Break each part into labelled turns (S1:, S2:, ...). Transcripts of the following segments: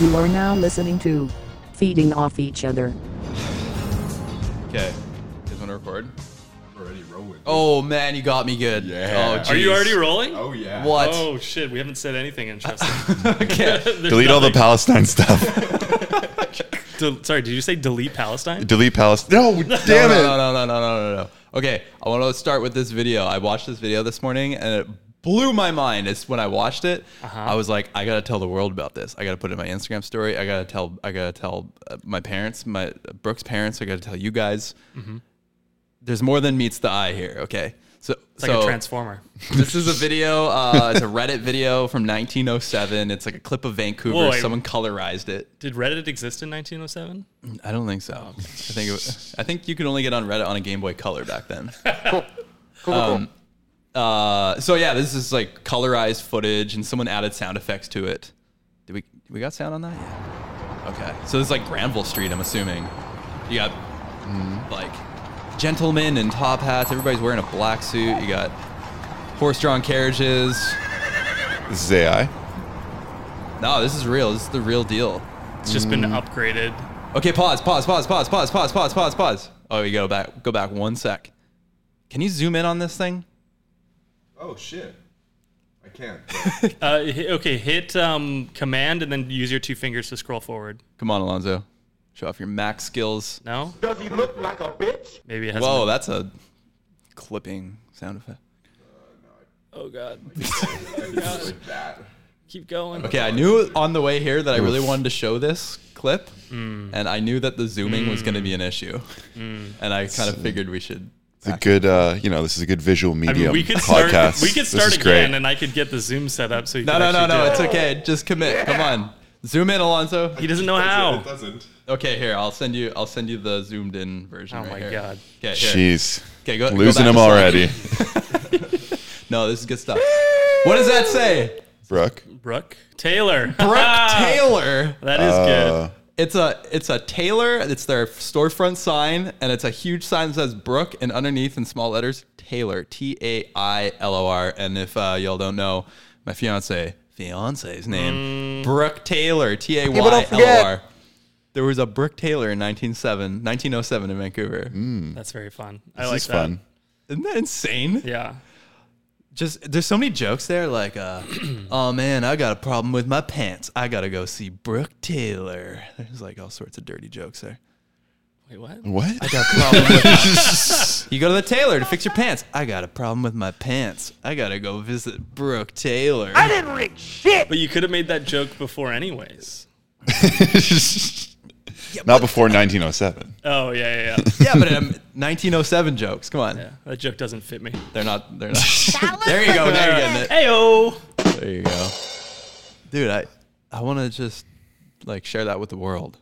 S1: You are now listening to Feeding Off Each Other.
S2: Okay. You guys want to record?
S3: Already rolling.
S2: Oh man, you got me good.
S3: Yeah.
S2: Oh,
S4: Are you
S2: jeez.
S4: already rolling?
S3: Oh, yeah.
S2: What?
S4: Oh shit, we haven't said anything interesting.
S2: Okay.
S5: Delete all the Palestine stuff.
S4: Del- sorry, did you say delete Palestine?
S5: Delete Palestine. No, damn
S2: no,
S5: it.
S2: no, no, no, no, no, no, no. Okay, I want to start with this video. I watched this video this morning and it blew my mind. It's when I watched it, I was like, I gotta tell the world about this. I gotta put it in my Instagram story. I gotta tell. I gotta tell uh, my parents, my Brooke's parents. I gotta tell you guys. There's more than meets the eye here. Okay, so
S4: It's like
S2: so
S4: a transformer.
S2: this is a video. Uh, it's a Reddit video from 1907. It's like a clip of Vancouver.
S4: Whoa, wait.
S2: Someone colorized it.
S4: Did Reddit exist in 1907?
S2: I don't think
S5: Oh.
S2: so. I think it, I think you could only get on Reddit on a Game Boy Color back then. Um, uh, so yeah, this is like colorized footage, and someone added sound effects to it. Did we we got sound on that? Yeah. Okay. So this is like Granville Street, I'm assuming. You got
S5: Mm-hmm.
S2: like gentlemen in top hats. Everybody's wearing a black suit. You got horse-drawn carriages.
S5: This is AI.
S2: No, this is real. This is the real deal.
S4: It's just been
S2: Mm.
S4: upgraded.
S2: Okay, pause, pause, pause, pause, pause, pause, pause, pause, pause. Oh, you go back, go back one sec. Can you zoom in on this thing?
S3: Oh shit. I can't.
S4: Uh, hi- okay, hit um, command and then use your two fingers to scroll forward.
S2: Come on, Alonzo, show off your Mac skills.
S4: No?
S6: Does he look like a bitch?
S4: Maybe it has
S2: Whoa, that's a clipping sound effect.
S4: Oh god.
S3: It's like that.
S4: Keep going.
S2: Okay, I knew on the way here that I really wanted to show this clip,
S4: Mm.
S2: and I knew that the zooming was going to be an issue, and I kind of figured we should.
S5: It's a good, uh, you know, this is a good visual
S4: I mean,
S5: medium
S4: we could start
S5: podcast.
S4: we could
S5: This
S4: start
S5: is
S4: again
S5: great.
S4: and I could get the zoom set up so you
S2: No,
S4: can
S2: no, no,
S4: actually
S2: no.
S4: do
S2: It's
S4: it.
S2: okay. Just commit. Come on, zoom in, Alonzo.
S4: He doesn't know
S3: It
S4: how.
S3: doesn't.
S2: Okay, here I'll send you. I'll send you the zoomed in version.
S4: Oh
S2: right
S4: my
S2: here.
S4: God.
S2: Okay, here.
S5: Jeez.
S2: Okay, go, go
S5: Losing
S2: back
S5: him
S2: to slide.
S5: already.
S2: No, this is good stuff. What does that say?
S5: Brooke.
S4: Brooke Taylor.
S2: Brooke
S4: Ah,
S2: Taylor.
S4: That is
S5: Uh,
S2: It's a it's a Taylor. It's their storefront sign, and it's a huge sign that says Brooke, and underneath in small letters Taylor, T A I L O R. And if uh, y'all don't know, my fiance fiance's name Brooke Taylor, T A Y L O R. There was a Brooke Taylor in 1907, 1907 in Vancouver.
S4: good. That's very fun. I
S5: mm. this
S4: like
S5: is
S4: that.
S5: fun.
S2: Isn't that insane?
S4: Yeah.
S2: just there's so many jokes there like uh, oh man i got a problem with my pants i gotta go see brooke taylor there's like all sorts of dirty jokes there
S4: Wait, what?
S5: What?
S2: got a problem with my- you go to the tailor to fix your pants i got a problem with my pants i gotta go visit brooke taylor
S6: I didn't read shit.
S4: But you could have made that joke before anyways.
S5: Not before 1907.
S4: Oh yeah, yeah, yeah.
S2: yeah but um, 1907 jokes come on
S4: yeah. That joke doesn't fit me.
S2: they're not they're not there you go now you're getting it
S4: Heyo.
S2: there you go dude i i want to just like share that with the world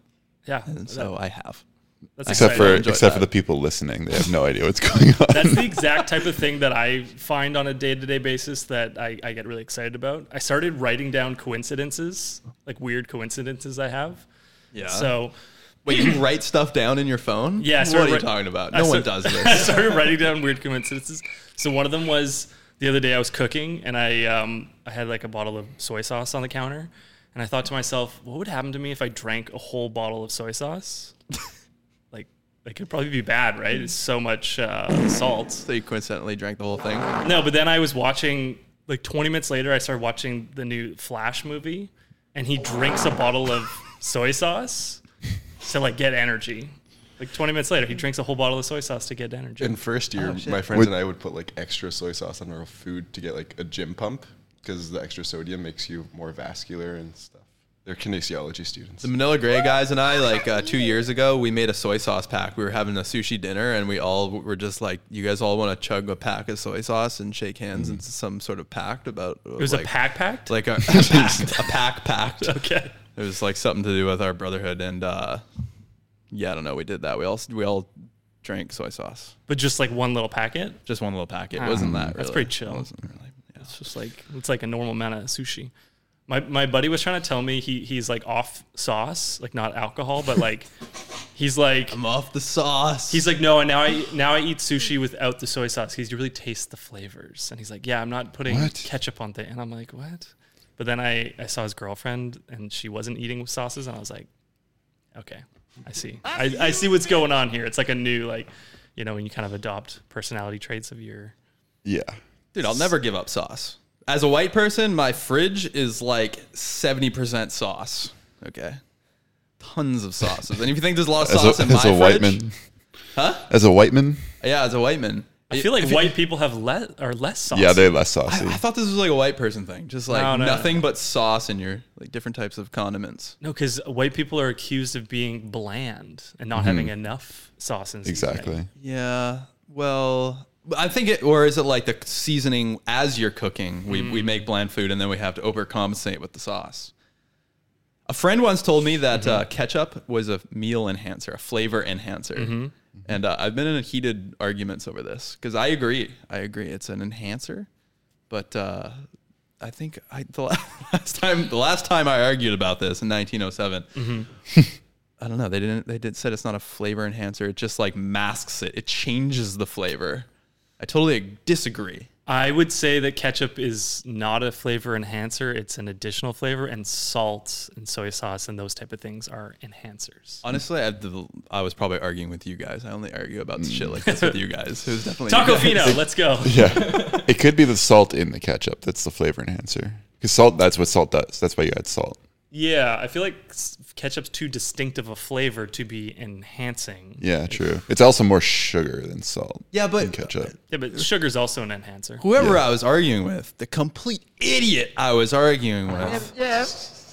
S4: Yeah.
S2: and so i have
S4: that's
S5: Except
S4: exciting.
S5: for
S2: enjoyed
S5: except for
S2: that.
S5: the people listening, they have no idea what's going on.
S4: that's the exact type of thing that I find on a day to day basis that I, I get really excited about. I started writing down coincidences, like weird coincidences I have.
S2: yeah
S4: So
S2: Wait, you write stuff down in your phone?
S4: Yeah, I
S2: What
S4: started
S2: are you
S4: wri-
S2: talking about?
S4: I
S2: No one
S4: sta-
S2: does
S4: I
S2: this.
S4: started writing down weird coincidences. So one of them was the other day I was cooking and I um, I had like a bottle of soy sauce on the counter, and I thought to myself, what would happen to me if I drank a whole bottle of soy sauce? like, that could probably be bad, right? It's so much uh, salt.
S2: so you coincidentally drank the whole thing.
S4: No, but then I was watching like 20 minutes later. I started watching the new Flash movie, and he drinks a bottle of soy sauce to like get energy. Like 20 minutes later, he drinks a whole bottle of soy sauce to get energy.
S3: In first year, my friends and I would put like extra soy sauce on our food to get like a gym pump because the extra sodium makes you more vascular and stuff. They're kinesiology students.
S2: The Manila Gray guys and I, like uh, two years ago, we made a soy sauce pack. We were having a sushi dinner, and we all were just like, "You guys all want to chug a pack of soy sauce and shake hands into some sort of pact about."
S4: Mm.
S2: uh,
S4: it was a pack packed.
S2: like a, a pact, a pack pact.
S4: okay.
S2: It was like something to do with our brotherhood, and uh, yeah, I don't know. We did that. We all we all drank soy sauce.
S4: But just like one little packet.
S2: Just one little packet. It wasn't that? Really.
S4: that's pretty chill.
S2: It wasn't really. Yeah.
S4: It's just like it's like a normal amount of sushi. My my buddy was trying to tell me he he's like off sauce, like not alcohol, but like he's like
S2: I'm off the sauce.
S4: He's like, no, and now I now I eat sushi without the soy sauce because you really taste the flavors. And he's like, yeah, I'm not putting
S5: What?
S4: ketchup on thing. And I'm like, what? But then I, I saw his girlfriend and she wasn't eating with sauces, and I was like, okay, I see. I, I see what's going on here. It's like a new, like, you know, when you kind of adopt personality traits of your.
S5: Yeah.
S2: Dude, I'll never give up sauce. As a white person, my fridge is like 70% sauce. Okay. Tons of sauces. And if you think there's a lot of
S5: As
S2: sauce
S5: a,
S2: in my
S5: as a
S2: fridge,
S5: white man. Huh? As a white man?
S2: yeah, as a white man.
S4: I feel like white people have less or less sauce.
S5: Yeah, they're less
S2: I,
S5: saucy.
S2: I thought this was like a white person thing. Just like
S4: No, no, no.
S2: nothing but sauce in your like different types of condiments.
S4: No, because white people are accused of being bland and not having enough sauce and seasoning.
S5: Mm-hmm. exactly.
S2: Yeah. Well, I think it, or is it like the seasoning as you're cooking? We, we make bland food and then we have to overcompensate with the sauce. A friend once told me that uh, ketchup was a meal enhancer, a flavor enhancer. And uh, I've been in heated arguments over this because I agree. I agree. It's an enhancer. But uh, I think I, the last time the last time I argued about this in 1907, I don't know. They didn't. They did said it's not a flavor enhancer. It just like masks it. It changes the flavor. I totally disagree.
S4: I would say that ketchup is not a flavor enhancer; it's an additional flavor, and salt and soy sauce and those type of things are enhancers.
S2: Honestly, I, the- I was probably arguing with you guys. I only argue about shit like this with you guys. It was definitely
S4: Mm. Taco Fino, let's go.
S5: Yeah. it could be the salt in the ketchup that's the flavor enhancer. Because salt, that's what salt does. That's why you add salt.
S4: Yeah, I feel like s- ketchup's too distinctive a flavor to be enhancing.
S5: Yeah, true. It's also more sugar than salt.
S2: Yeah, but-
S5: in ketchup.
S4: Yeah, but sugar's also an enhancer.
S2: Whoever I was arguing with, the complete idiot I was arguing with,
S6: Yeah.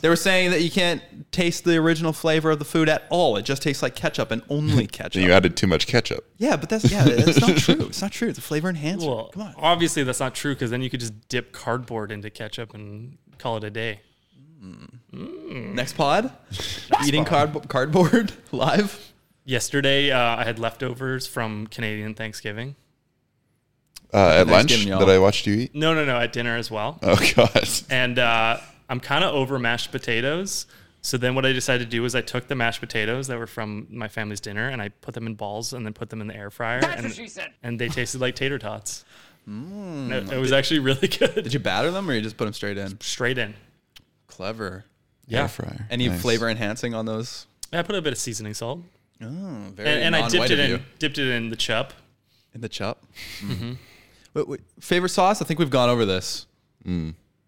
S2: they were saying that you can't taste the original flavor of the food at all. It just tastes like ketchup and only ketchup.
S5: Then you added too much ketchup.
S2: yeah, but that's yeah, that's not true. It's not true. It's a flavor enhancer.
S4: Well,
S2: Come on.
S4: obviously that's not true because then you could just dip cardboard into ketchup and call it a day.
S2: Next pod, eating cardbo- cardboard live.
S4: Yesterday, uh, I had leftovers from Canadian Thanksgiving.
S5: Uh, at lunch
S2: Thanksgiving, y'all.
S5: that I watched you eat.
S4: No, no, no, at dinner as well.
S5: Oh god.
S4: and uh, I'm kind of over mashed potatoes. So then what I decided to do was I took the mashed potatoes that were from my family's dinner and I put them in balls and then put them in the air fryer. and, and they tasted like tater tots.
S2: Mm.
S4: No, it was actually really good.
S2: Did you batter them or you just put them straight in?
S4: Straight in.
S2: Clever.
S5: Air fryer.
S2: Any
S5: Nice.
S2: flavor enhancing on those?
S4: I put a bit of seasoning salt
S2: Oh, very
S4: and, and I dipped
S2: non-white
S4: it
S2: of
S4: in,
S2: you.
S4: dipped it in the chup.
S2: in the chop.
S5: Mm-hmm.
S2: Mm-hmm. Wait, wait, favorite sauce? I think we've gone over this.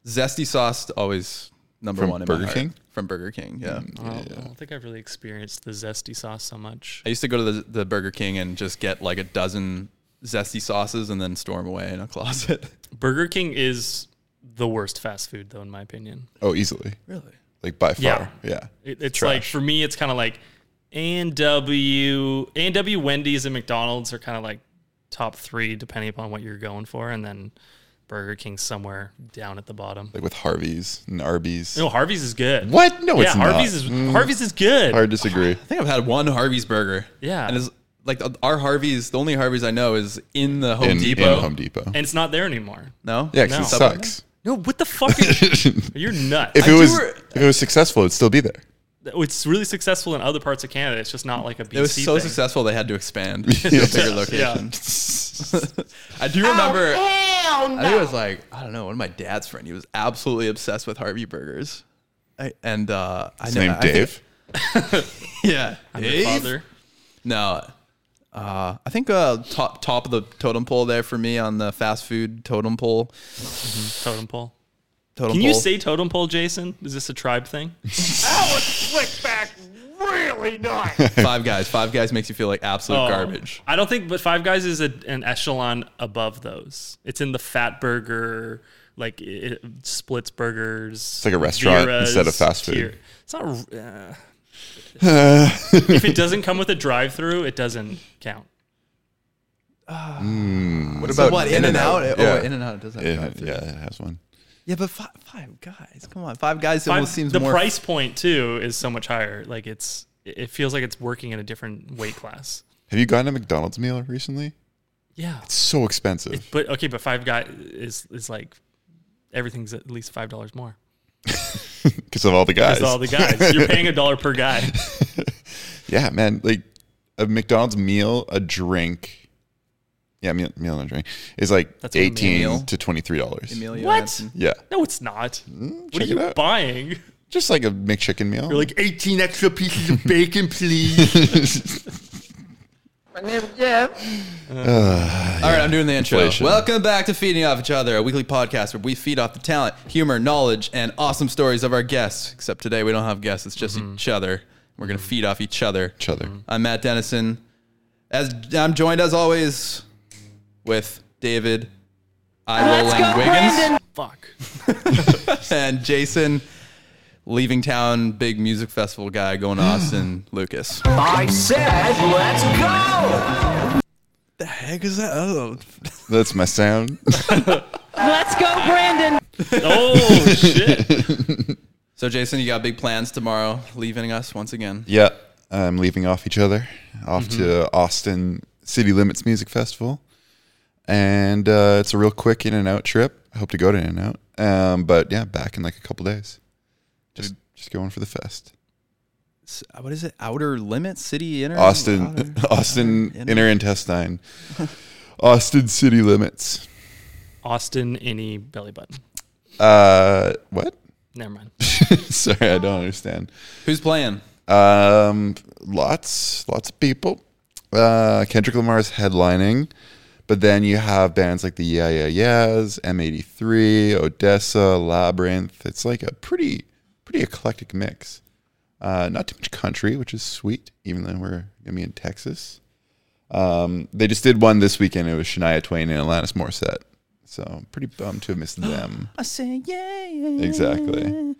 S2: Zesty sauce always number
S5: Mm. From
S2: one. in my
S5: Burger
S2: heart.
S5: King? Mm,
S2: From Burger King, yeah.
S4: I don't- I don't think I've really experienced the zesty sauce so much.
S2: I used to go to the, the Burger King and just get like a dozen zesty sauces and then storm away in a closet.
S4: Burger King is the worst fast food though, in my opinion.
S5: Oh, easily.
S2: Really?
S5: Like by
S4: Yeah.
S5: far. Yeah.
S4: It, it's like for me, it's kind of like A and W, A and W, Wendy's, and McDonald's are kind of like top three, depending upon what you're going for, and then Burger King somewhere down at the bottom.
S5: Like with Harvey's and Arby's.
S4: No, Harvey's is good.
S5: What? No,
S4: yeah,
S5: it's not. Mm,
S4: Harvey's is Harvey's is good.
S5: Hard disagree.
S2: I think I've had one Harvey's burger.
S4: Yeah.
S2: And it's like our Harvey's, the only Harvey's I know is in the Home
S5: in,
S2: Depot.
S5: in Home Depot.
S4: and it's not there anymore.
S2: no?
S5: yeah, 'cause
S4: No.
S5: it sucks.
S4: No, what the fuck? Are you, are nuts.
S5: If
S4: I
S5: it
S4: do
S5: was
S4: re-
S5: if it was successful, it'd still be there.
S4: it's really successful in other parts of Canada. It's just not like a BC
S2: It was so
S4: thing.
S2: successful they had to expand to a bigger location. I do remember.
S6: Hell
S2: I think it
S6: no.
S2: was like I don't know. One of my dad's friend. He was absolutely obsessed with Harvey burgers. I, and uh, I
S5: His
S2: know.
S5: name
S2: I think-
S5: Dave.
S2: yeah,
S4: Your father.
S2: No, uh, I think uh, top top of the totem pole there for me on the fast food totem pole.
S4: Totem pole.
S2: Totem
S4: Can you
S2: pole.
S4: say totem pole, Jason? Is this a tribe thing?
S6: That was slick back really nice.
S2: Five Guys? Five Guys makes you feel like absolute
S4: Oh.
S2: garbage.
S4: I don't think, but Five Guys is a, an echelon above those. It's in the fat burger, like it, it splits burgers. It's
S5: like a restaurant instead of fast food.
S4: It's not. Uh, if it doesn't come with a drive-through, it doesn't count.
S5: What
S2: So what? In and out?
S5: Yeah.
S2: Oh, in and out does have
S5: Yeah,
S2: drive through.
S5: yeah, it has one.
S2: Yeah, but five, five guys. Come on, five guys.
S4: Five-
S2: almost seems
S4: the
S2: more
S4: price point too is so much higher. Like it's, it feels like it's working in a different weight class.
S5: Have you gotten a McDonald's meal recently?
S4: Yeah,
S5: So expensive.
S4: but okay, but Five Guys is is like everything's at least five dollars more.
S5: Because of all the guys.
S4: It's all the guys. You're paying a dollar per guy.
S5: yeah, man. Like a McDonald's meal, a drink, Yeah, meal, meal and drink is like
S4: That's what a
S2: meal-
S5: eighteen to twenty three dollars.
S2: Amelia
S4: What?
S2: Hansen.
S5: Yeah,
S4: No, it's not. what are
S5: check
S4: you
S5: it out.
S4: buying?
S5: just like a McChicken meal.
S4: You're like 18 extra pieces of bacon, please.
S6: My name's Jeff.
S5: Uh,
S2: All right, I'm doing the intro.
S5: Inflation.
S2: Welcome back to Feeding Off Each Other, a weekly podcast where we feed off the talent, humor, knowledge, and awesome stories of our guests. Except today we don't have guests; it's just each other. We're gonna feed off each other.
S5: each other.
S4: Mm.
S2: I'm Matt Dennison. As I'm joined as always with David Iwoland
S4: Fuck.
S2: Wiggins and Jason, leaving town, big music festival guy going to Austin, Lucas. What
S6: I said, let's go.
S2: the heck is that? Oh,
S5: That's my sound.
S7: Let's go, Brandon.
S4: Oh, shit.
S2: so Jason, you got big plans tomorrow, leaving us once again.
S5: yeah, I'm leaving off each other, off to Austin City Limits Music Festival, and uh, it's a real quick in and out trip. I hope to go to in and out, um, but yeah, back in like a couple days. Just just going for the fest.
S2: S- Uh, What is it? Outer Limit City Inner
S5: Austin, Austin,
S2: Inner-
S5: inner intestine, Austin city limits.
S4: Austin, any belly button.
S5: Uh, what?
S4: Never mind.
S5: Sorry, I don't understand.
S2: Who's playing?
S5: Um, lots, lots of people. Uh, Kendrick Lamar is headlining, but then you have bands like the Yeah Yeah Yeahs, M83, Odessa, Labyrinth. It's like a pretty, pretty eclectic mix. Uh, not too much country, which is sweet, even though we're gonna be in Texas. Um, they just did one this weekend. It was Shania Twain and Alanis Morissette. So I'm pretty bummed to have missed them.
S2: I say yeah, yeah.
S5: Exactly.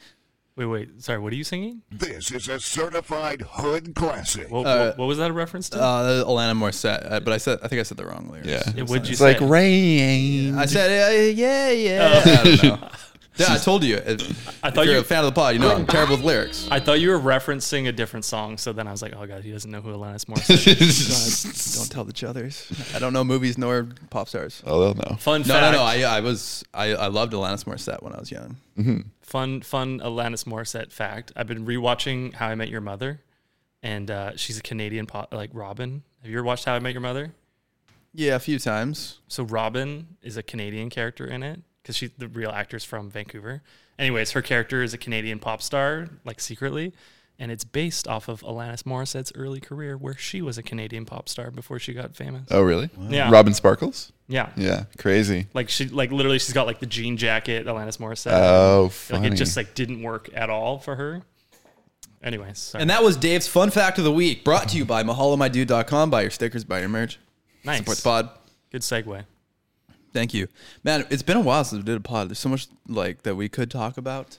S4: Wait, wait. Sorry, what are you singing?
S8: This is a certified hood classic.
S4: What, what, what was that a reference to?
S2: Uh, Alana Morissette, uh, but I said I think I said the wrong lyrics.
S5: Yeah.
S4: Yeah, what'd you
S5: It's
S4: say?
S5: like rain.
S2: I said uh, yeah, yeah. I don't know. Yeah, I told you. If,
S4: Oh. I
S2: if
S4: thought
S2: you're
S4: you.
S2: a fan of the pod, you know I'm terrible with lyrics.
S4: I thought you were referencing a different song, so then I was like, "Oh god, he doesn't know who Alanis Morissette." is.
S2: Don't tell the others. I don't know movies nor pop stars.
S5: Oh, they'll know.
S4: Fun
S2: No, no,
S4: fact.
S2: no. I, I was I, I loved Alanis Morissette when I was young.
S4: fun fun Alanis Morissette fact. I've been rewatching How I Met Your Mother, and uh, she's a Canadian po- like Robin. Have you ever watched How I Met Your Mother?
S2: Yeah, a few times.
S4: So Robin is a Canadian character in it because she the real actor's from Vancouver. Anyways, her character is a Canadian pop star, like secretly, and it's based off of Alanis Morissette's early career where she was a Canadian pop star before she got famous.
S5: Oh, really?
S4: Yeah.
S5: Robin Sparkles?
S4: Yeah.
S5: Yeah. Crazy.
S4: Like she like literally she's got like the jean jacket, Alanis Morissette.
S5: Oh, funny.
S4: like it just like didn't work at all for her. Anyways, sorry.
S2: And that was Dave's fun fact of the week, brought to you by mahalo.mydude.com. Buy your stickers, buy your merch,
S4: nice.
S2: support the pod.
S4: Good segue.
S2: Thank you, man. It's been a while since we did a pod. There's so much like that we could talk about.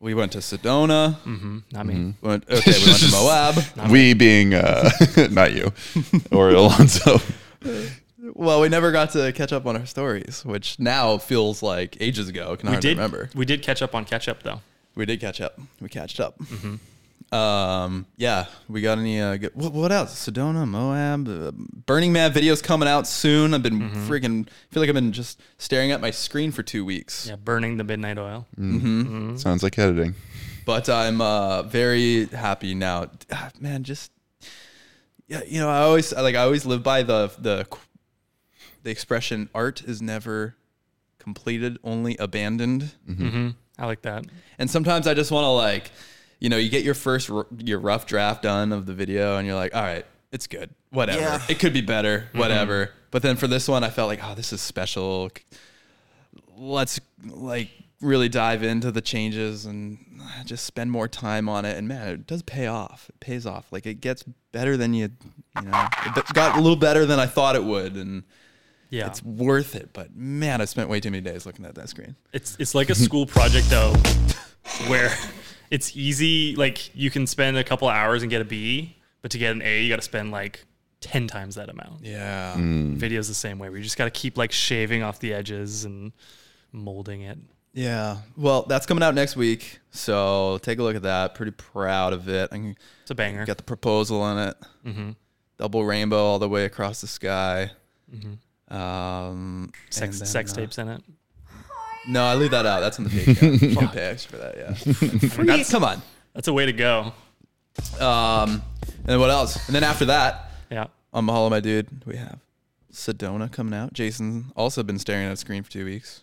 S2: We went to Sedona.
S4: Mm. Not me.
S2: Went, okay, we went to Moab.
S5: we being uh, not you or Alonso.
S4: Mm-hmm.
S2: Well, we never got to catch up on our stories, which now feels like ages ago. I can
S4: We
S2: hardly
S4: did.
S2: remember.
S4: We did catch up on catch up though.
S2: We did catch up. We catched up.
S4: Mm-hmm.
S2: Um, yeah, we got any? Uh, good, what, what else? Sedona, Moab, uh, Burning Man videos coming out soon. I've been
S4: Mm-hmm.
S2: freaking feel like I've been just staring at my screen for two weeks.
S4: Yeah, burning the midnight oil.
S5: Sounds like editing.
S2: but I'm uh, very happy now. Ah, Man, just yeah, you know, I always I, like I always live by the the qu- the expression art is never completed, only abandoned.
S4: I like that.
S2: And sometimes I just want to like, you know, you get your first r- your rough draft done of the video, and you're like, all right, it's good, whatever. It could be better, whatever. But then for this one, I felt like, oh, this is special. C- Let's like really dive into the changes and uh, just spend more time on it. And man, it does pay off. It pays off. Like it gets better than you, you know, it b- got a little better than I thought it would, and
S4: Yeah,
S2: it's worth it. But man, I spent way too many days looking at that screen.
S4: It's it's like a school project though, where it's easy. Like you can spend a couple hours and get a B, but to get an A, you got to spend like ten times that amount.
S2: Yeah. Mm-hmm.
S4: Video's the same way. where you just got to keep like shaving off the edges and molding it.
S2: Yeah. Well, that's coming out next week. So take a look at that. Pretty proud of it. I
S4: It's a banger.
S2: got the proposal on it.
S4: Mm-hmm.
S2: Double rainbow all the way across the sky. Um,
S4: Mm-hmm. sex
S2: and then,
S4: sex
S2: uh,
S4: tapes in it.
S2: No, I leave that out. That's on the page. Yeah. you can pay extra for that. Yeah. Free, come on.
S4: That's a way to go.
S2: Um, and then what else? And then after that,
S4: Yeah.
S2: on Mahalo, my dude, we have Sedona coming out. Jason also been staring at a screen for two weeks.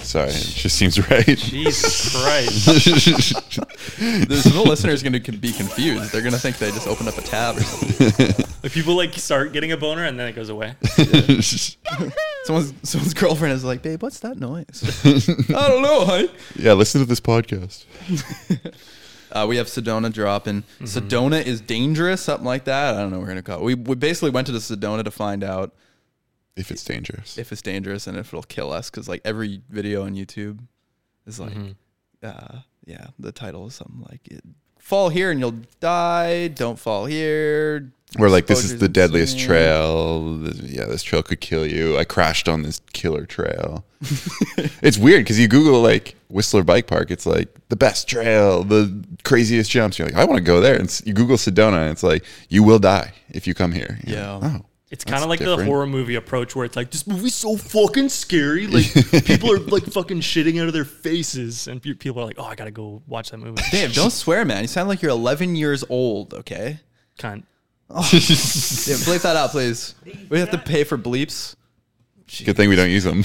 S5: Sorry, it just seems right.
S4: Jesus Christ.
S2: There's no listeners going to be confused. They're going to think they just opened up a tab or something.
S4: Like people like start getting a boner and then it goes away.
S2: Someone's someone's girlfriend is like, "Babe, what's that noise?" I don't know, honey.
S5: yeah, listen to this podcast.
S2: Uh, we have Sedona dropping. Sedona is dangerous, something like that. I don't know. We're gonna call. It. We we basically went to the Sedona to find out
S5: If it's dangerous.
S2: if it's dangerous and if it'll kill us, because like every video on YouTube is like, uh, yeah, the title is something like, it, "Fall here and you'll die." Don't fall here.
S5: We're like, this is
S2: Exposure's
S5: the deadliest
S2: insane.
S5: trail. This- Yeah, this trail could kill you. I crashed on this killer trail. it's weird because you Google like Whistler Bike Park, it's like the best trail, the craziest jumps. You're like, I want to go there. And s- you Google Sedona, and it's like, you will die if you come here. You're
S2: Yeah.
S5: like, oh.
S4: It's kind
S5: That's
S4: of like the
S5: different.
S4: horror movie approach where it's like this movie's so fucking scary, like people are like fucking shitting out of their faces, and pe- people are like, "Oh, I gotta go watch that movie."
S2: Dave, don't swear, man. You sound like you're 11 years old. Okay.
S4: Cunt.
S2: Yeah, bleep that out, please. We have to pay for bleeps.
S5: Good thing we don't use them.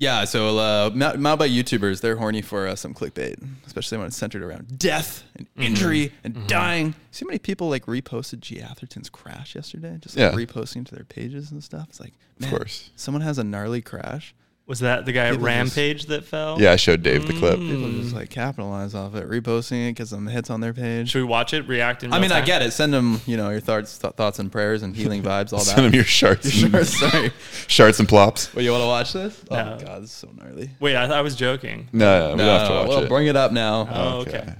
S2: Yeah, so uh, Mount Mount Bike YouTubers, they're horny for uh, some clickbait, especially when it's centered around death and
S5: Mm-hmm.
S2: injury and dying. See how many people like reposted G. Atherton's crash yesterday? Just like,
S5: Yeah.
S2: reposting to their pages and stuff. It's like, man,
S5: course.
S2: someone has a gnarly crash.
S4: Was that the guy at
S2: People just-
S4: Rampage that fell?
S5: yeah, I showed Dave the clip.
S2: People just
S5: Mm.
S2: like capitalize off it, reposting it, because some hits on their page.
S4: Should we watch it? React in
S2: I
S4: real
S2: mean, I
S4: time?
S2: get it. Send them, you know, your thoughts, th- thoughts and prayers and healing vibes, all
S5: Send him
S2: that.
S5: your shards,
S2: Sure,
S5: and,
S2: sorry.
S5: shards and plops.
S2: Well, you want to watch this? Oh
S4: No.
S2: my god, this is so gnarly.
S4: Wait, I, I was joking.
S5: No, no, we don't have to
S2: No,
S5: watch
S2: well,
S5: it.
S2: bring it up now.
S4: Oh, okay.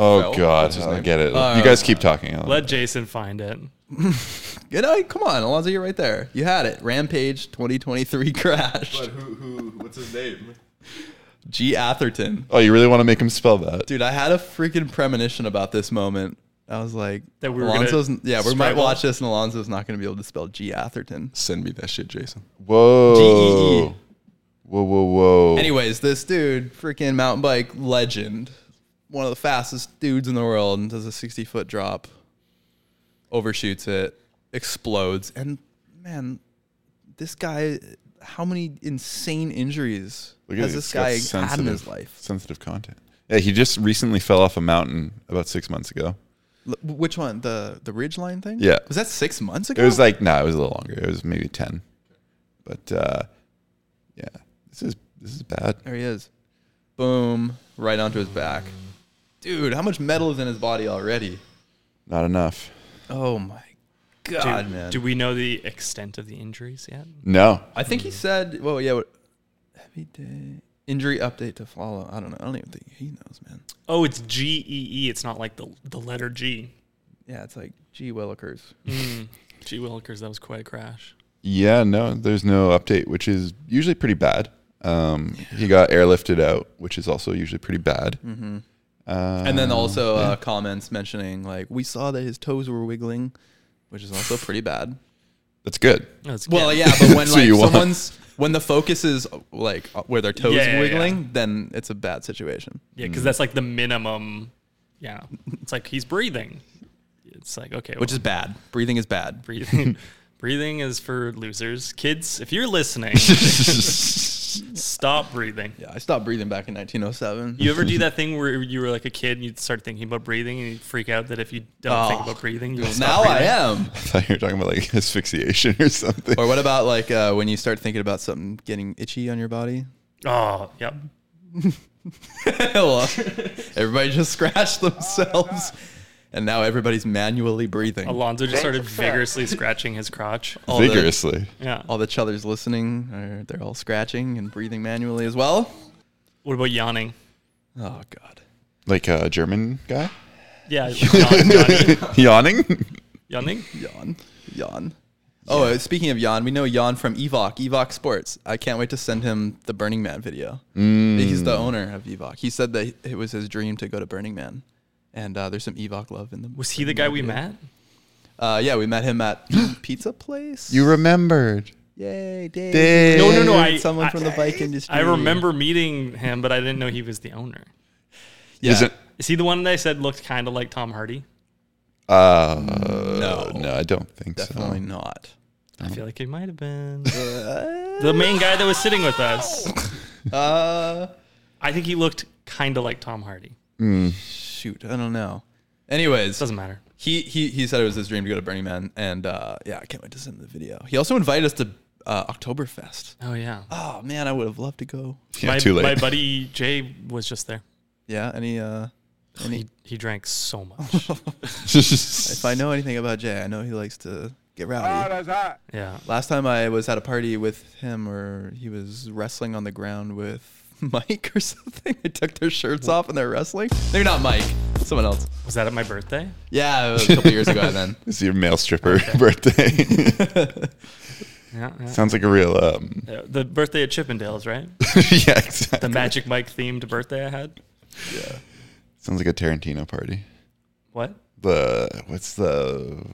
S5: oh God, I get it. you guys keep talking. I'll-
S4: Let Jason find it.
S2: You know, oh, come on, Alonzo, you're right there. You had it. Rampage 2023 crash.
S3: But who, who, what's his name?
S2: G. Atherton.
S5: oh, you really want to make him spell that?
S2: Dude, I had a freaking premonition about this moment. I was like,
S4: That we were gonna
S2: Alonzo's, yeah, we might
S4: struggle?
S2: watch this and Alonzo's not going to be able to spell G. Atherton. E
S3: Send me that shit, Jason.
S5: Whoa.
S2: G-E-E.
S5: Whoa, whoa, whoa.
S2: Anyways, this dude, freaking mountain bike legend, one of the fastest dudes in the world, and does a 60 foot drop, overshoots it, explodes. And man, this guy, how many insane injuries
S5: Look at
S2: has
S5: it,
S2: this
S5: it's
S2: guy
S5: got
S2: had in his
S5: sensitive-
S2: life?
S5: Sensitive content. Yeah, he just recently fell off a mountain about six months ago.
S2: L- Which one? The the ridge line thing?
S5: Yeah.
S2: Was that six months ago?
S5: It was like, no, it was a little longer. It was maybe 10. But uh, yeah, this is this is bad.
S2: there he is. Boom. Right onto his back. Dude, how much metal is in his body already?
S5: Not enough.
S2: Oh my
S4: Do,
S2: god, man.
S4: do we know the extent of the injuries yet?
S5: No.
S2: I think he said, well, yeah, what, every day. Injury update to follow. I don't know. I don't even think he knows, man.
S4: Oh, it's G E E. It's not like the the letter G. Mm.
S2: Yeah, it's like, gee, Willikers.
S4: G Willikers. That was quite a crash.
S5: Yeah, no, there's no update, which is usually pretty bad. Um, He got airlifted out, which is also usually pretty bad.
S2: Mm-hmm. and then also uh, comments mentioning, like, we saw that his toes were wiggling, which is also pretty bad.
S5: That's good.
S4: That's
S2: Well, yeah, but when
S5: So
S2: like
S5: you want-
S2: someone's when the focus is like uh, where their toes
S4: Yeah, yeah, yeah.
S2: wiggling, then it's a bad situation.
S4: Yeah, because that's like the minimum. Yeah, it's like he's breathing. It's like okay,
S2: Which
S4: well,
S2: is bad. Breathing is bad.
S4: breathing. breathing is for losers. Kids, if you're listening, stop breathing.
S2: Yeah, I stopped breathing back in 1907.
S4: You ever do that thing where you were like a kid and you'd start thinking about breathing and you'd freak out that if you don't think
S2: Oh,
S4: about breathing, you'll
S2: now
S4: stop
S2: I
S4: breathing?
S2: am.
S5: I thought you were talking about like asphyxiation or something.
S4: Oh,
S2: Or what about like uh, when you start thinking about something getting itchy on your body?
S4: Oh, yep.
S2: Well, Everybody just scratched themselves, and now everybody's manually breathing.
S4: Alonzo just started vigorously scratching his crotch.
S2: All the-
S5: Vigorously.
S4: Yeah.
S2: all the chuthers listening, are, they're all scratching and breathing manually as well.
S4: What about yawning?
S2: Oh God.
S5: Like a German guy?
S4: Yeah, yawn- yawning.
S5: Yawning?
S4: yawning?
S2: Yawn. Yawn. Oh, uh, speaking of Yawn, we know Yawn from Evoc, Evoc Sports. I can't wait to send him the Burning Man video.
S5: Mm.
S2: He's the owner of Evoc. He said that it was his dream to go to Burning Man. And uh, there's some Evoc love in the.
S4: Was he the
S2: Burning
S4: guy
S2: Man
S4: we
S2: video.
S4: met?
S2: Uh, yeah, we met him at Pizza Place.
S5: You remembered.
S2: Yay, Dave.
S5: Dave.
S4: No, no, no. I,
S2: Someone
S4: I,
S2: from the bike industry.
S4: I remember meeting him, but I didn't know he was the owner.
S2: Yeah.
S5: Isn't
S4: Is he the one that I said looked kind of like Tom Hardy?
S5: Uh,
S2: No.
S5: no, I don't think
S2: Definitely
S5: so.
S2: not.
S5: Uh-huh.
S4: I feel like it might have been the main guy that was sitting with us.
S2: Uh,
S4: I think he looked kind of like Tom Hardy.
S5: Hmm.
S2: shoot, I don't know. Anyways,
S4: Doesn't matter.
S2: he he he said it was his dream to go to Burning Man, and uh, yeah, I can't wait to send him the video. He also invited us to uh, Oktoberfest.
S4: Oh yeah.
S2: Oh man, I would have loved to go.
S5: Yeah,
S4: my,
S5: too late.
S4: my buddy Jay was just there.
S2: Yeah, any uh, any.
S4: He he drank so much.
S2: If I know anything about Jay, I know he likes to get
S6: Oh,
S2: rowdy.
S6: that's hot.
S4: yeah.
S2: Last time I was at a party with him, or he was wrestling on the ground with Mike or something. They took their shirts off and they're wrestling. Maybe not Mike, someone else.
S4: Was that at my birthday?
S2: Yeah, it was a couple years ago. Then
S5: It's your male stripper birthday.
S4: Yeah. yeah.
S5: Sounds like a real um.
S4: Yeah, The birthday at Chippendales, right?
S5: yeah,
S4: The
S5: exactly.
S4: Magic Mike themed birthday I had.
S5: Sounds like a Tarantino party.
S4: What?
S5: The what's the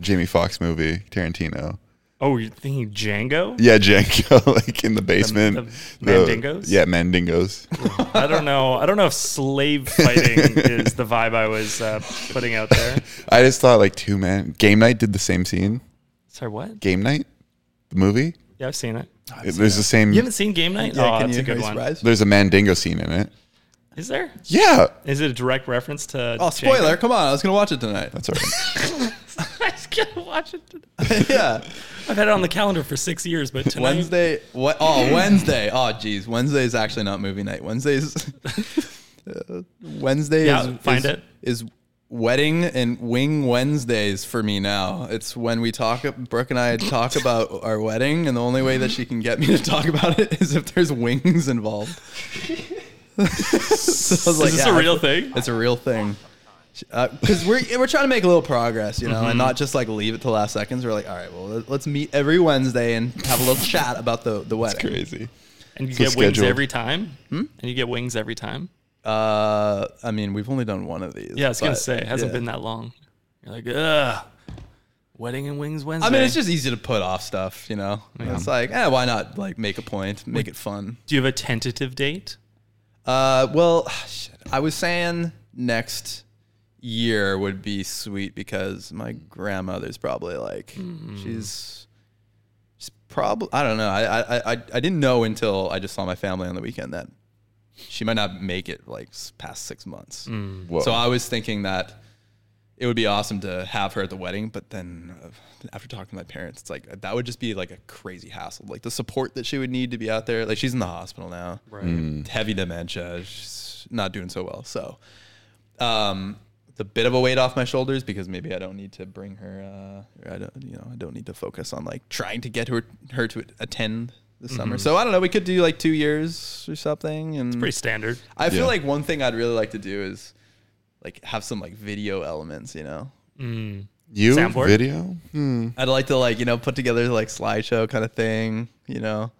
S5: Jamie Foxx movie? Tarantino.
S4: Oh, you're thinking Django?
S5: Yeah, Django, like in the basement.
S4: the Mandingos?
S5: Yeah, Mandingos.
S4: I don't know. I don't know if slave fighting is the vibe I was uh, putting out there.
S5: I just thought like two man game night did the same scene.
S4: Sorry, what?
S5: Game night, the movie.
S4: Yeah, I've seen it.
S5: It- there's the same.
S4: You haven't seen Game Night?
S2: yeah,
S4: oh,
S2: can
S4: it's
S2: you
S4: a good
S2: raise
S4: one.
S2: your eyes?
S5: There's a Mandingo scene in it.
S4: Is there?
S5: Yeah,
S4: Is it a direct reference to?
S2: Oh, spoiler!
S4: Django?
S2: Come on, I was gonna watch it tonight.
S5: that's all right.
S4: I was gonna watch it. Today.
S2: yeah,
S4: I've had it on the calendar for six years, but tonight,
S2: Wednesday. What? Oh, Wednesday. Oh, geez, Wednesday is actually not movie night. Wednesday's uh, Wednesday
S4: Yeah,
S2: is
S4: find
S2: is,
S4: it.
S2: is wedding and wing Wednesdays for me now. It's when we talk. Brooke and I talk about our wedding, and the only way that she can get me to talk about it is if there's wings involved. so I was
S4: Is
S2: like,
S4: this
S2: yeah,
S4: a real thing?
S2: It's a real thing. Because we're we're trying to make a little progress, you know,
S4: Mm-hmm.
S2: and not just like leave it to last seconds. We're like, all right, well, let- let's meet every Wednesday and have a little chat about the the wedding.
S5: Crazy.
S4: And you
S5: So
S4: get wings
S5: scheduled.
S4: every time.
S2: Hmm?
S4: And you get wings every time.
S2: Uh, I mean, we've only done one of these.
S4: Yeah, I was gonna
S2: but,
S4: say it hasn't
S2: yeah.
S4: been that long. You're like, ugh, wedding and wings Wednesday.
S2: I mean, it's just easy to put off stuff, you know. It's like, eh, why not? Like, make a point, make it fun.
S4: Do you have a tentative date?
S2: Uh, well, shit, I was saying next year would be sweet because my grandmother's probably like she's she's probably I don't know I, I I I didn't know until I just saw my family on the weekend that she might not make it like s- past six months.
S5: Whoa.
S2: So I was thinking that it would be awesome to have her at the wedding, but then uh, after talking to my parents, it's like that would just be like a crazy hassle. Like the support that she would need to be out there. Like she's in the hospital now, right? Heavy dementia. She's not doing so well. So, um, it's a bit of a weight off my shoulders because maybe I don't need to bring her. Uh, I don't, you know, I don't need to focus on like trying to get her her to attend this summer. So I don't know. We could do like two years or something, and
S4: Pretty standard.
S2: I feel
S5: Yeah.
S2: like one thing I'd really like to do is like have some like video elements, you know.
S5: You
S4: Soundboard?
S5: video?
S2: I'd like to like, you know, put together like slideshow kind of thing, you know.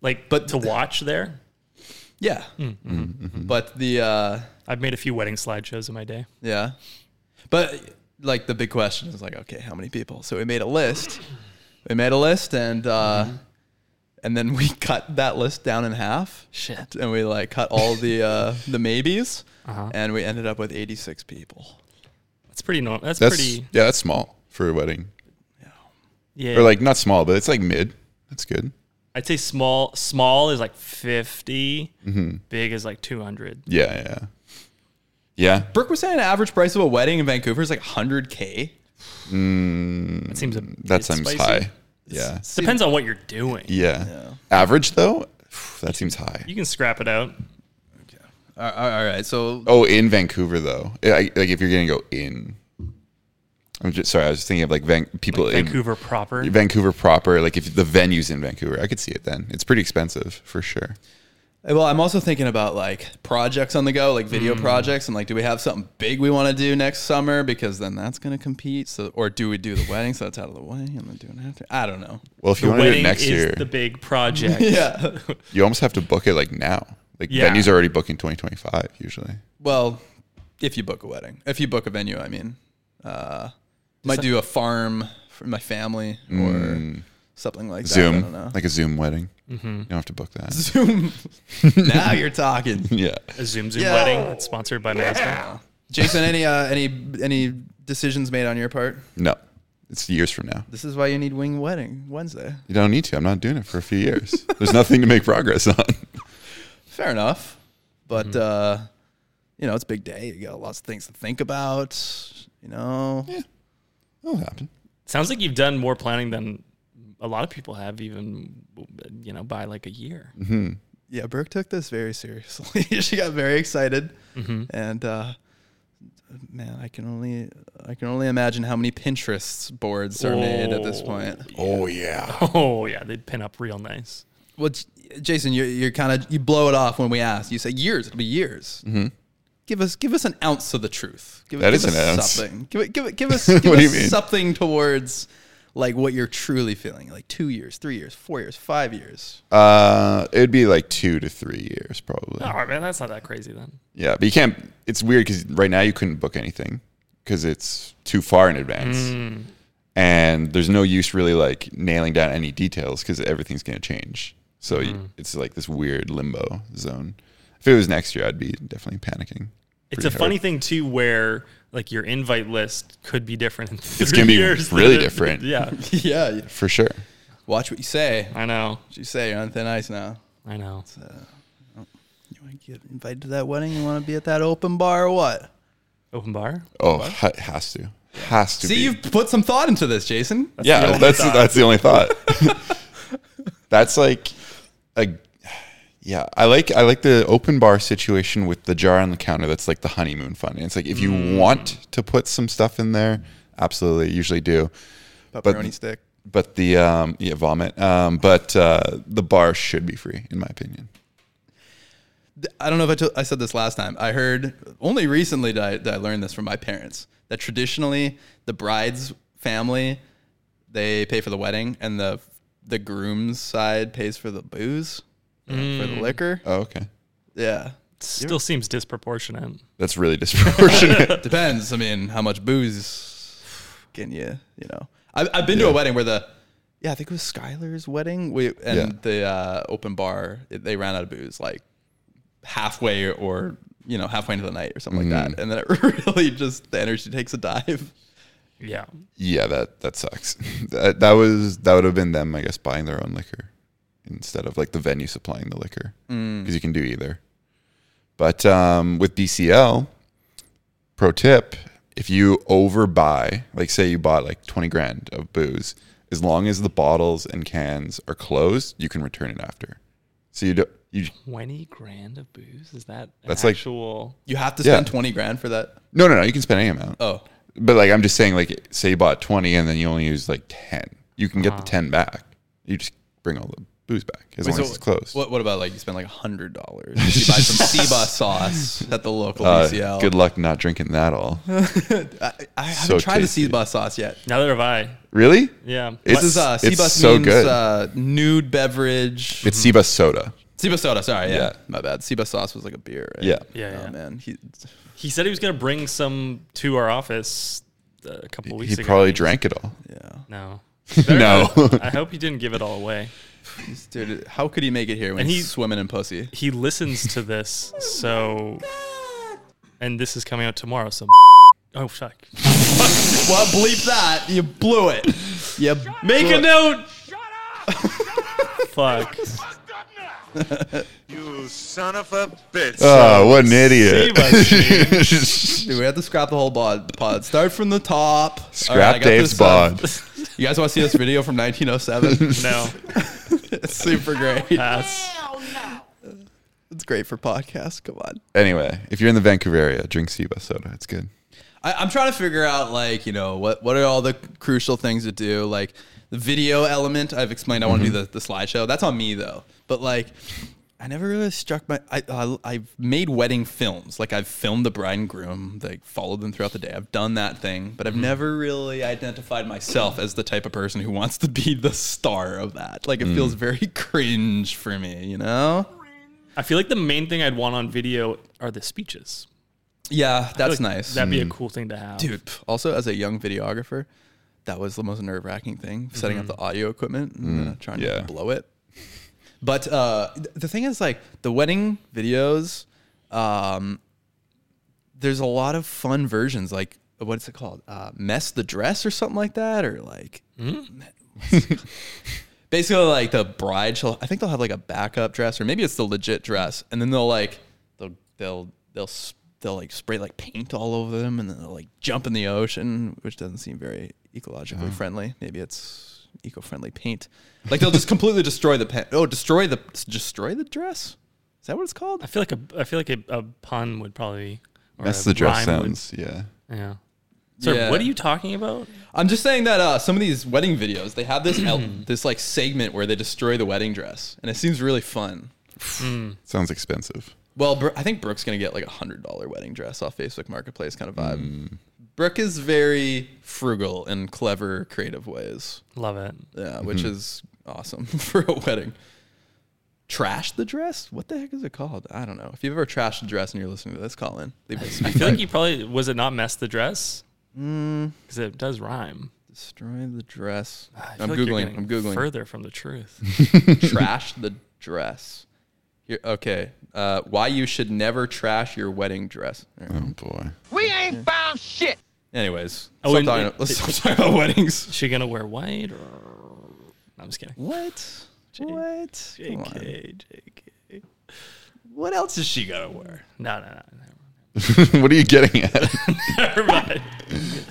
S4: Like, but
S2: But-
S4: to watch there,
S2: Yeah. But the uh
S4: I've made a few wedding slideshows in my day.
S2: yeah. But like the big question is like, okay, how many people? So we made a list. We made a list and uh and then we cut that list down in half.
S4: Shit.
S2: And we like cut all the uh the maybes and we ended up with 86 people.
S4: That's pretty normal. That's,
S5: That's
S4: pretty.
S5: yeah, that's small for a wedding,
S4: Yeah.
S5: or like not small, but it's like mid. That's good.
S4: I'd say small. Small is like 50
S5: Mm-hmm.
S4: Big is like two hundred.
S5: Yeah, yeah, yeah.
S2: Brooke was saying an average price of a wedding in Vancouver is like 100k.
S4: That seems a
S5: Mm, That
S4: bit
S5: seems
S4: spicy.
S5: high. Yeah,
S4: Depends on what you're doing.
S5: yeah. Average though, that seems high.
S4: You can scrap it out.
S2: All all- all right, so
S5: Oh, in Vancouver though, Yeah, I- like if you're gonna go in, I'm just sorry. I was just thinking of like Van- people in
S4: Vancouver proper.
S5: Vancouver proper. Like if the venues in Vancouver, I could see it then. It's pretty expensive for sure.
S2: well, I'm also thinking about like projects on the go, like video projects, and like, do we have something big we want to do next summer? Because then that's going to compete. So, or do we do the wedding so it's out of the way and then do it after? I don't know.
S5: Well, if
S4: the
S5: you want to do
S4: wedding
S5: it next
S4: is
S5: year,
S4: the big project.
S2: Yeah.
S5: you almost have to book it like now. Like
S4: Yeah.
S5: venues are already booking 2025 usually.
S2: well, if you book a wedding, if you book a venue, I mean, uh, might do a farm for my family or something like that. I don't
S5: Zoom,
S2: know.
S5: like a Zoom wedding.
S4: Mm-hmm.
S5: You don't have to book that.
S2: Zoom. now you're talking.
S5: yeah.
S4: A Zoom Zoom
S2: Yeah.
S4: wedding that's sponsored by Mazda.
S2: Jason, any uh, any any decisions made on your part.
S5: No, it's years from now.
S2: This is why you need Wing Wedding Wednesday.
S5: You don't need to. I'm not doing it for a few years. There's nothing to make progress on.
S2: Fair enough, but uh, you know it's a big day. You got lots of things to think about. You know,
S5: It'll happen.
S4: Sounds like you've done more planning than a lot of people have, even you know by like a year.
S5: Mm-hmm.
S2: yeah, Brooke took this very seriously. she got very excited, and uh, man, I can only I can only imagine how many Pinterest boards are made at this
S4: Oh.
S2: point.
S5: Oh yeah.
S4: Oh yeah, they'd pin up real nice.
S2: Well, J- Jason, you're you're kind of you blow it off when we ask. You say years. It'll be years. Give us give us an ounce of the truth. Give,
S5: Mm-hmm. That
S2: give
S5: is an
S2: us
S5: ounce.
S2: Something. Give it give it give us give
S5: What do you
S2: us
S5: mean?
S2: something towards like what you're truly feeling. Like two years, three years, four years, five years.
S5: Uh, it'd be like two to three years probably.
S4: All right, man, that's not that crazy then.
S5: Yeah, but you can't. It's weird because right now you couldn't book anything because it's too far in advance,
S2: Mm.
S5: and there's no use really like nailing down any details because everything's gonna change. So y
S2: Mm.
S5: it's like this weird limbo zone. If it was next year, I'd be definitely panicking.
S4: It's
S5: pretty
S4: a
S5: hard.
S4: funny thing too, where like your invite list could be different. In it's
S5: gonna be really different.
S4: Yeah,
S2: yeah. you-
S5: for sure.
S2: Watch what you say. What
S4: I know,
S2: you say. You're on thin ice now.
S4: I know.
S2: You want to get invited to that wedding? You want to be at that open bar or what?
S4: Open bar.
S5: Oh, ha- it has to, has to.
S2: See,
S5: be.
S2: you've put some thought into this, Jason.
S5: yeah, that's that's the only thought. that's like, a, yeah, I like I like the open bar situation with the jar on the counter. That's like the honeymoon fun. And it's like if you want to put some stuff in there, absolutely, usually do.
S2: Pepperoni stick.
S5: But the um, yeah vomit. Um, but uh, the bar should be free, in my opinion.
S2: I don't know if I, to- I said this last time. I heard only recently that I, that I learned this from my parents that traditionally the bride's family they pay for the wedding and the the groom's side pays for the booze for the liquor.
S5: Oh, okay,
S2: Yeah,
S4: Still seems disproportionate.
S5: that's really disproportionate.
S2: depends. I mean, how much booze can you? You know, I, I've been to a wedding where the yeah, I think it was Skylar's wedding. We and
S5: Yeah.
S2: the uh, open bar it- they ran out of booze like halfway or you know halfway into the night or something like
S5: Mm.
S2: that, and then it really just the energy takes a dive.
S4: Yeah,
S5: yeah, that that sucks. that that was that would have been them, I guess, buying their own liquor instead of like the venue supplying the liquor because you can do either. But um, with BCL, pro tip: if you overbuy, like say you bought like twenty grand of booze, as long as the bottles and cans are closed, you can return it after. So you don't you
S4: twenty grand of booze. Is that an
S5: That's like-
S4: actual?
S2: You have to
S5: Yeah.
S2: spend twenty grand for that.
S5: no no no you can spend any amount.
S2: Oh,
S5: But like I'm just saying, like say you bought twenty and then you only use like ten, you can get the ten back. You just bring all the booze back as long as it's closed.
S2: What what about like you spend like hundred dollars? You buy some Ciba sauce at the local
S5: Uh,
S2: BCL.
S5: good luck not drinking that all.
S2: I haven't
S5: So
S2: tried
S5: tasty.
S2: the Ciba sauce yet.
S4: Neither have I.
S5: Really?
S4: Yeah,
S5: It's-
S2: This is uh,
S5: It's
S2: Seabus
S5: so
S2: means
S5: good.
S2: Uh, nude beverage.
S5: It's Ciba soda.
S2: Seabus soda. Sorry, yeah,
S5: Yeah.
S2: my bad. Seabus sauce was like a beer. Right?
S5: Yeah.
S4: Yeah,
S2: Oh
S4: yeah.
S2: man, he,
S4: he said he was gonna bring some to our office uh, a couple weeks
S5: He
S4: ago.
S5: probably drank it all.
S2: yeah,
S4: No.
S5: No.
S4: I hope he didn't give it all away.
S2: He's- dude, how could he make it here when
S4: And
S2: he's
S4: he-
S2: swimming in pussy?
S4: He listens to this,
S5: Oh
S4: so. And this is coming out tomorrow, so. Oh, fuck.
S2: well, bleep that. You blew it. You
S4: Make a note! Fuck.
S9: You son of a bitch.
S5: Oh, what an
S4: See,
S5: idiot!
S4: buddy.
S2: Dude, we have to scrap the whole bod, pod. Start from the top. All right, I
S5: Scrap
S2: got
S5: Dave's
S2: this, uh,
S5: bod.
S2: You guys want to see this video from 1907?
S4: No.
S2: it's super great.
S4: Pass.
S2: It's great for podcasts. Come on.
S5: anyway, if you're in the Vancouver area, drink Ciba soda. It's good.
S2: I, I'm trying to figure out like you know what what are all the crucial things to do like the video element I've explained I want to do the, the slideshow that's on me though but like I never really struck my I, I I've made wedding films like I've filmed the bride and groom like followed them throughout the day I've done that thing but I've never really identified myself as the type of person who wants to be the star of that like it feels very cringe for me you know
S4: I feel like the main thing I'd want on video are the speeches. I
S2: yeah
S4: feel like
S2: that's nice Mm.
S4: That'd be a cool thing to have.
S2: dude pff, also as a young videographer that was the most nerve-wracking thing setting up the audio equipment and uh, trying
S5: yeah.
S2: to blow it but uh, th- the thing is like the wedding videos um, there's a lot of fun versions like what's it called? Uh, mess the dress or something like that, or like basically like the bride. She'll I think they'll have like a backup dress, or maybe it's the legit dress, and then they'll like they'll they'll they'll s- they'll like spray like paint all over them, and then they'll like jump in the ocean, which doesn't seem very ecologically friendly. Maybe it's eco-friendly paint. Like they'll just completely destroy the pen. Oh, destroy the destroy the dress. Is that what it's called?
S4: I feel like a I feel like a, a pun would probably or
S5: That's
S4: a
S5: the dress
S4: rhyme would-
S5: sounds. Yeah.
S4: yeah. Sir,
S2: Yeah.
S4: what are you talking about?
S2: I'm just saying that uh, some of these wedding videos, they have this el- this like segment where they destroy the wedding dress, and it seems really fun.
S5: Sounds expensive.
S2: Well, Bro- I think Brooke's gonna get like a hundred dollar wedding dress off Facebook Marketplace kind of vibe.
S4: Mm.
S2: Brooke is very frugal in clever, creative ways,
S4: Love it.
S2: yeah, which
S4: Mm-hmm.
S2: is awesome for a wedding. Trash the dress? What the heck is it called? I don't know. If you've ever trashed a dress and you're listening to this, call in. Leave us
S4: I feel like you probably was it not mess the dress? Because it does rhyme.
S2: destroy the dress.
S4: I feel
S2: Mm. I'm
S4: like you're
S2: googling.
S4: getting
S2: I'm googling.
S4: further from the truth.
S2: trash the dress. Here, okay. Uh, why you should never trash your wedding dress. All right.
S5: Oh boy.
S6: We ain't found shit.
S2: Anyways,
S4: Oh,
S2: stop
S4: and-
S2: talking-
S4: and-
S2: let's stop talking about weddings.
S4: She gonna wear white or? No, I'm just kidding.
S2: What? What? Come on.
S4: JK, JK.
S2: What else is she gonna wear?
S4: No, no, no.
S5: what are you getting at?
S4: Never mind.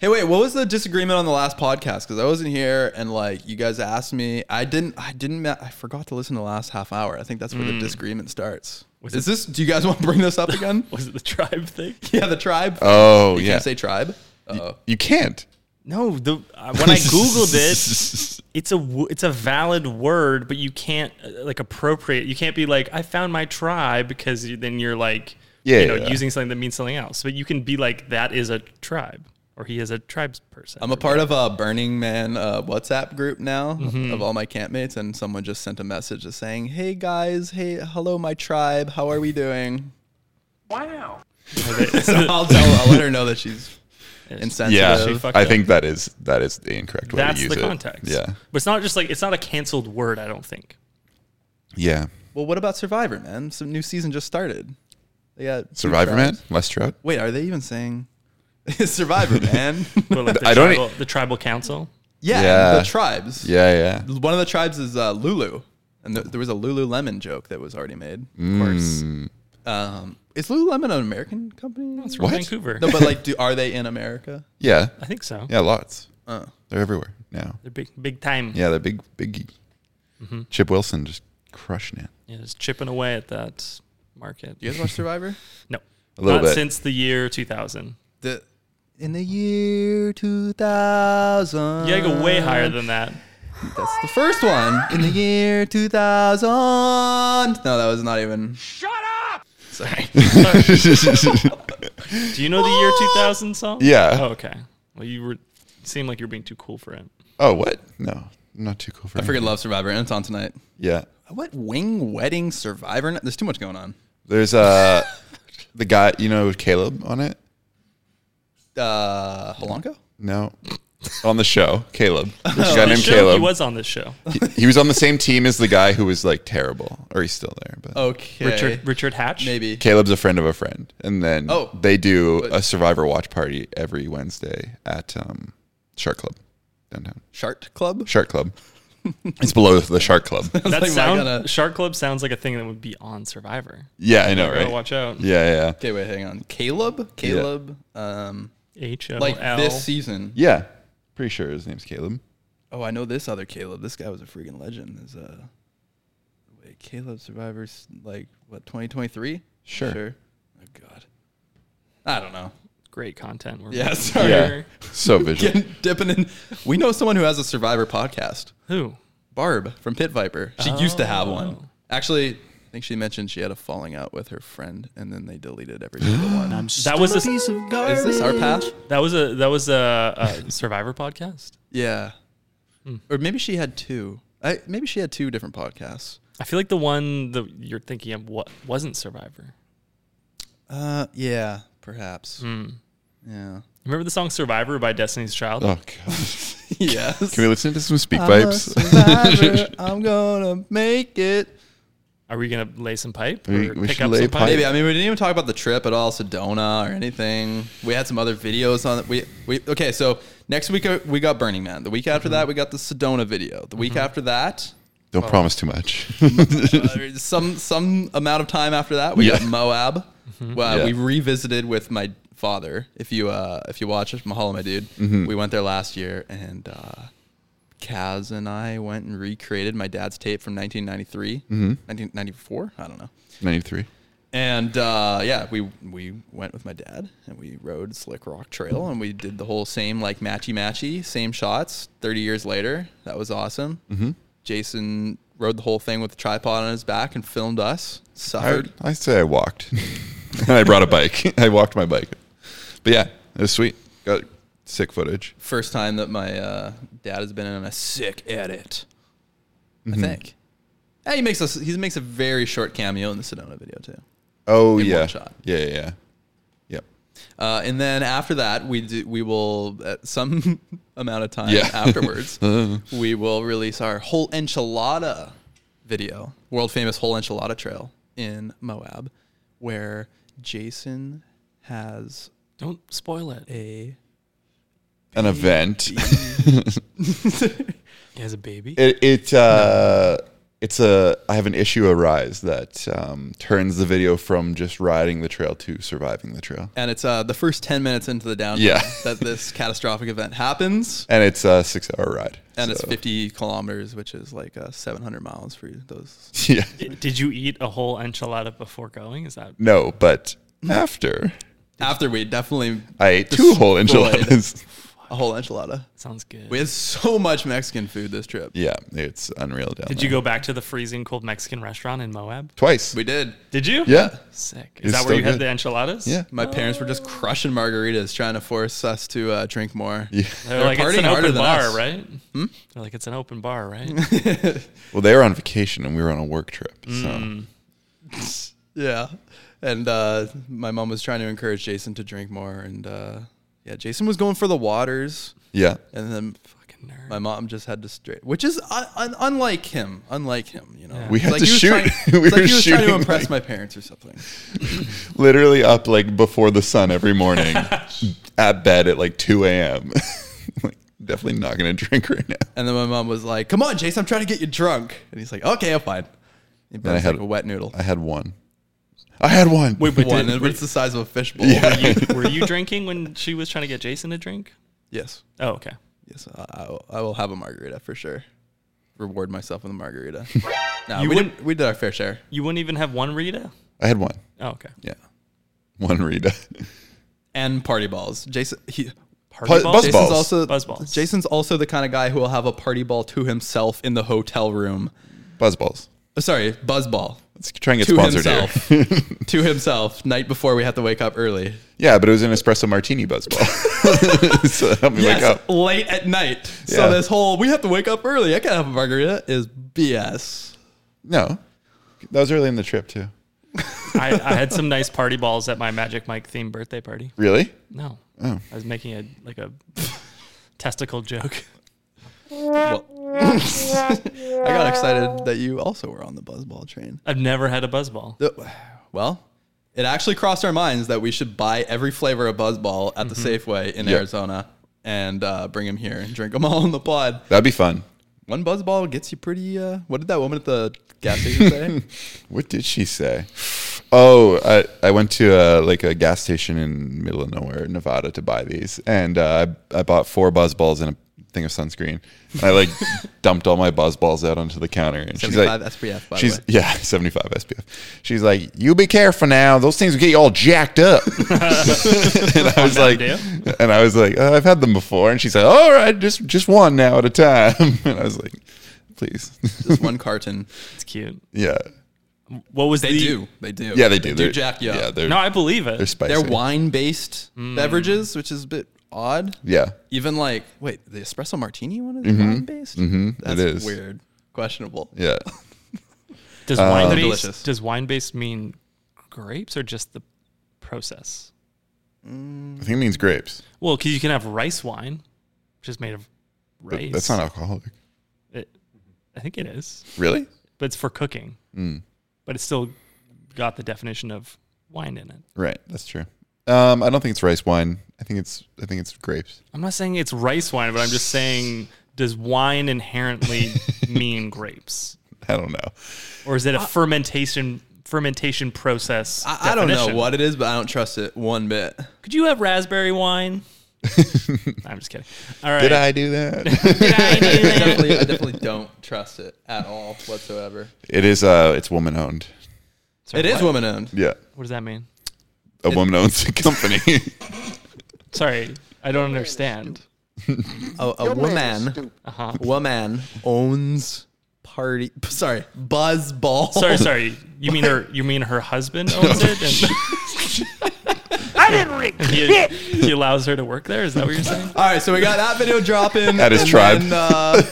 S2: Hey, wait. What was the disagreement on the last podcast? Because I wasn't here, and like you guys asked me, I didn't. I didn't. ma- I forgot to listen to the last half hour. I think that's where the disagreement starts. is this? Do you guys want to bring this up again?
S4: Was it the tribe thing?
S2: yeah, the tribe.
S5: Oh
S2: you
S5: yeah.
S2: can't say tribe. Oh,
S5: you can't.
S4: No, the uh, when I googled it, it's a w- it's a valid word, but you can't uh, like appropriate. You can't be like I found my tribe because you, then you're like
S5: Yeah,
S4: you know
S5: yeah.
S4: using something that means something else. But you can be like that is a tribe or he is a tribes person.
S2: I'm a part of a Burning Man uh, WhatsApp group now of all my campmates, and someone just sent a message just saying, "Hey guys, hey, hello, my tribe. How are we doing?"
S6: Wow.
S2: So I'll tell, I'll let her know that she's
S5: Yeah,
S4: She
S2: insensitive.
S4: fucked
S5: I
S4: up.
S5: think that is that is the incorrect way
S4: That's
S5: to use
S4: the
S5: it.
S4: context.
S5: Yeah,
S4: but it's not just like it's not a canceled word. I don't think.
S5: yeah.
S2: Well, what about Survivor, man? Some new season just started. They got two
S5: Survivor Man,
S2: tribes.
S5: Les Trout.
S2: Wait, are they even saying Survivor Man?
S4: But like the,
S5: I don't e-
S4: tribal, the tribal council.
S2: yeah,
S5: Yeah.
S2: the tribes.
S5: Yeah, yeah.
S2: one of the tribes is uh, Lulu, and th- there was a Lululemon joke that was already made.
S5: Mm.
S2: Of course, um, is Lululemon an American company?
S4: It's from
S5: What?
S4: Vancouver.
S2: No, but like, do are they in America?
S5: Yeah,
S4: I think so.
S5: yeah. Lots.
S2: Uh.
S5: They're everywhere now.
S4: They're big, big time.
S5: Yeah, they're big, big.
S4: Mm-hmm.
S5: Chip Wilson just crushing it.
S4: Yeah, just chipping away at that market.
S2: You guys watch Survivor?
S4: No,
S5: A little
S4: not
S5: bit.
S4: since the year 2000.
S2: the in the year 2000.
S4: Yeah, I go way higher than
S2: Uh,
S4: that.
S2: That's the first one. In the year 2000. No, that was not even.
S6: Shut up!
S2: Sorry.
S4: Do you know the year 2000 song?
S5: Yeah.
S4: Oh, okay. Well, you were you seem like you're being too cool for it.
S5: oh, what? No, I'm not too cool for.
S2: I freaking love Survivor, and it's on tonight.
S5: Yeah,
S2: What wing wedding Survivor? Night? There's too much going on.
S5: there's uh the guy you know Caleb on it.
S2: Uh, Polanco.
S5: No, on the show Caleb. There's a guy
S4: On
S5: named
S4: this show,
S5: Caleb.
S4: He was on this show.
S5: he, he was on the same team as the guy who was like terrible, or he's still there. But
S4: Oh,
S2: Okay.
S4: Richard Richard Hatch.
S2: Maybe.
S5: Caleb's a friend of a friend, and then
S2: Oh.
S5: they do
S2: But-
S5: a Survivor watch party every Wednesday at um, Shark Club downtown.
S2: Shark Club.
S5: Shark Club. it's below the Shark Club.
S4: That
S2: Like, am I
S4: sound
S2: gonna-
S4: Shark Club sounds like a thing that would be on Survivor.
S5: Yeah, I know, right?
S4: Gotta watch out.
S5: Yeah, yeah,
S2: Okay, wait, hang on. Caleb. Caleb. Um,
S4: H O
S2: like
S4: L.
S2: this season.
S5: yeah. Pretty sure his name's Caleb.
S2: Oh, I know this other Caleb. This guy was a freaking legend. Is uh, wait, Caleb Survivors like what 2023?
S5: Sure.
S2: Oh God, I don't know.
S4: Great content. We're
S2: Yeah, sorry.
S5: Yeah. So visual.
S2: Getting dipping in. We know someone who has a Survivor podcast.
S4: Who?
S2: Barb from Pit Viper. She used to have
S5: Oh.
S2: one. Actually, I think she mentioned she had a falling out with her friend, and then they deleted every single one.
S4: That was a
S2: Is this our path?
S4: that was a that was a, a Survivor podcast.
S2: Yeah.
S5: Hmm.
S2: Or maybe she had two. I, maybe she had two different podcasts.
S4: I feel like the one that you're thinking of what wasn't Survivor.
S2: Uh, yeah, perhaps. Yeah.
S4: Remember the song Survivor by Destiny's Child?
S5: Oh god.
S2: Yes.
S5: Can we listen to some speak
S2: I'm a
S5: vibes?
S2: survivor. I'm gonna make it.
S4: Are we gonna lay some pipe?
S5: We-
S4: or
S5: we
S4: pick
S5: should
S4: up
S5: lay
S4: some pipe?
S5: pipe.
S2: Maybe I mean we didn't even talk about the trip at all, Sedona or anything. We had some other videos on it. We we okay. So next week uh, we got Burning Man. The week after that we got the Sedona video. The week after that,
S5: Don't promise too much.
S2: uh, some some amount of time after that we
S5: Yeah.
S2: got Moab. Well,
S5: Yeah.
S2: we revisited with my father. If you uh if you watch it, Mahalo, my dude,
S5: Mm-hmm.
S2: we went there last year and. uh Kaz and I went and recreated my dad's tape from 1993,
S5: Mm-hmm.
S2: 1994. I don't know.
S5: 93.
S2: And uh, yeah, we we went with my dad and we rode Slick Rock Trail and we did the whole same like matchy matchy, same shots. Thirty years later, that was awesome. Mm-hmm. Jason rode the whole thing with the tripod on his back and filmed us.
S5: I,
S2: Suffered.
S5: I say I walked. and I brought a bike. I walked my bike. But yeah, it was sweet. Got sick footage.
S2: First time that my uh, dad has been in a sick edit. I think. And he makes us. He makes a very short cameo in the Sedona video too.
S5: Oh
S2: In one
S5: yeah.
S2: shot.
S5: yeah, yeah, yeah, yep.
S2: Uh, and then after that, we do, we will at some amount of time
S5: Yeah. Uh-huh.
S2: afterwards, we will release our whole enchilada video, world famous whole enchilada trail in Moab, where Jason has
S4: Don't spoil it.
S2: a
S5: An event.
S4: He has a baby.
S5: It, it uh, it's a. I have an issue arise that um, turns the video from just riding the trail to surviving the trail,
S2: and it's uh, the first ten minutes into the downtown
S5: Yeah.
S2: that this catastrophic event happens,
S5: and it's a six-hour ride.
S2: and it's
S5: So,
S2: fifty kilometers, which is like uh, seven hundred miles for those.
S5: Yeah.
S4: Did you eat a whole enchilada before going? Is that
S5: No, but after
S2: After we definitely
S5: I ate two whole
S2: Destroyed.
S5: enchiladas.
S2: a whole enchilada.
S4: sounds good?
S2: We had so much Mexican food this trip.
S5: Yeah, it's unreal down
S4: Did you go back to the freezing cold Mexican restaurant in Moab?
S5: twice?
S2: We did.
S4: Did you?
S5: yeah.
S4: Sick.
S5: It's
S4: Is that where
S5: still
S4: you had
S5: good.
S4: the enchiladas?
S5: Yeah.
S2: My parents were just
S4: Oh.
S2: crushing margaritas, trying to force us to uh, drink more.
S5: Yeah.
S4: They're, like it's
S2: partying
S4: an
S2: harder
S4: open
S2: than
S4: bar,
S2: us. Hmm?
S4: right? They're like it's an open bar, right?
S5: Well, they were on vacation and we were on a work trip. So
S2: Yeah. And uh, my mom was trying to encourage Jason to drink more. And uh, yeah, Jason was going for the waters.
S5: yeah,
S2: And then
S4: Fucking nerd.
S2: my mom just had to straight, which is un- un- unlike him. Unlike him, you know.
S5: We
S2: It's
S5: had to
S2: he was
S5: shoot.
S2: Trying,
S5: We
S2: it's like
S5: were
S2: he was trying to
S5: shooting,
S2: impress
S5: like-
S2: my parents or something.
S5: literally up like before the sun every morning, at bed at like two a.m. like definitely not going to drink right now.
S2: And then my mom was like, "Come on, Jason, I'm trying to get you drunk." And he's like, "Okay, I'm fine." He
S5: I
S2: bends
S5: had-
S2: like a wet noodle.
S5: I had one. I had one.
S4: Wait, but
S2: One,
S4: did,
S2: but it's the size of a fishbowl.
S5: yeah,
S4: you, were you drinking when she was trying to get Jason to drink?
S2: Yes.
S4: Oh, okay.
S2: Yes, I, I, will- I will have a margarita for sure. Reward myself with a margarita. No,
S4: You
S2: we did,
S4: wouldn't-
S2: we did our fair share.
S4: You wouldn't even have one Rita?
S5: I had one.
S4: Oh, okay.
S5: Yeah, one Rita.
S2: And party balls. Jason he
S4: Party
S5: Pu-
S4: balls?
S5: buzz
S2: Jason's
S5: balls.
S2: also
S4: Buzz balls.
S2: Jason's also the kind of guy who will have a party ball to himself in the hotel room.
S5: Buzzballs.
S2: Uh, Sorry, buzz ball
S5: Let's try and get
S2: to
S5: sponsored here.
S2: himself. to himself night before we have to wake up early.
S5: Yeah, but it was an espresso martini buzzball. so that helped me wake
S2: Yes,
S5: up.
S2: late at night.
S5: Yeah.
S2: So this whole we have to wake up early. I can't have a margarita is BS.
S5: No, that was early in the trip too.
S4: I, I had some nice party balls at my Magic Mike themed birthday party.
S5: Really?
S4: No.
S2: Oh.
S4: I was making a like a testicle joke.
S2: I got excited that you also were on the buzzball train.
S4: I've never had a buzz ball.
S2: The- well, it actually crossed our minds that we should buy every flavor of Buzzball at the Safeway in
S5: Mm-hmm. Yeah.
S2: Arizona and uh, bring them here and drink them all in the pod.
S5: That'd be fun.
S2: One Buzzball gets you pretty. Uh, what did that woman at the gas station say?
S5: What did she say? Oh, I, I went to uh like a gas station in middle of nowhere, Nevada, to buy these, and uh, I I bought four buzz balls and a thing of sunscreen. And I like dumped all my buzz balls out onto the counter, and she's like,
S2: 75 SPF, by the
S5: she's
S2: way.
S5: yeah, seventy five SPF. She's like, you be careful now; those things will get you all jacked up. and I was like,
S4: deal.
S5: and I was like, "Uh, I've had them before, and she's like, all right, just just one now at a time. And I was like, please,
S2: Just one carton.
S4: It's cute.
S5: yeah,
S4: What was
S2: They
S4: the
S2: do. They do.
S5: yeah, they do.
S2: They
S5: They're-
S2: do jack you
S5: Yeah,
S2: up.
S5: they're
S4: No, I believe it.
S5: they're spicy. Mm.
S2: They're wine based beverages, which is a bit odd.
S5: Yeah.
S2: Even like, wait, the espresso martini one is wine based? Mm-hmm. That's
S5: is.
S2: weird. Questionable.
S5: Yeah.
S4: Does wine
S2: uh, delicious.
S4: based does wine based mean grapes or just the process?
S5: I think it means grapes.
S4: Well, because you can have rice wine, which is made of
S5: but
S4: rice.
S5: That's not alcoholic.
S4: It, I think it is,
S5: Really?
S2: Mm.
S4: but it's for cooking. but it's still got the definition of wine in it.
S5: Right, that's true. Um, I don't think it's rice wine. I think it's I think it's grapes.
S4: I'm not saying it's rice wine, but I'm just saying does wine inherently mean grapes?
S5: I don't know.
S4: Or is it a fermentation fermentation process?
S2: I, I don't know
S4: definition?
S2: what it is, but I don't trust it one bit.
S4: Could you have raspberry wine? I'm just kidding. All right.
S5: Did I do that?
S4: Did I do
S2: I
S4: that?
S2: definitely, I definitely don't trust it at all whatsoever.
S5: it is. Uh, it's woman owned.
S2: It is woman owned.
S5: Yeah,
S4: What does that mean?
S5: a woman owns the company.
S4: Sorry, I don't understand.
S2: A, a woman,
S4: Uh-huh.
S2: woman owns party. Sorry, buzz ball.
S4: Sorry, sorry. You mean her? You mean her husband owns it,
S6: I didn't read
S4: and he,
S6: shit.
S4: he allows her to work there? Is that what you're saying?
S2: All right, so we got that video dropping
S5: At his
S2: and
S5: tribe.
S2: Then, uh,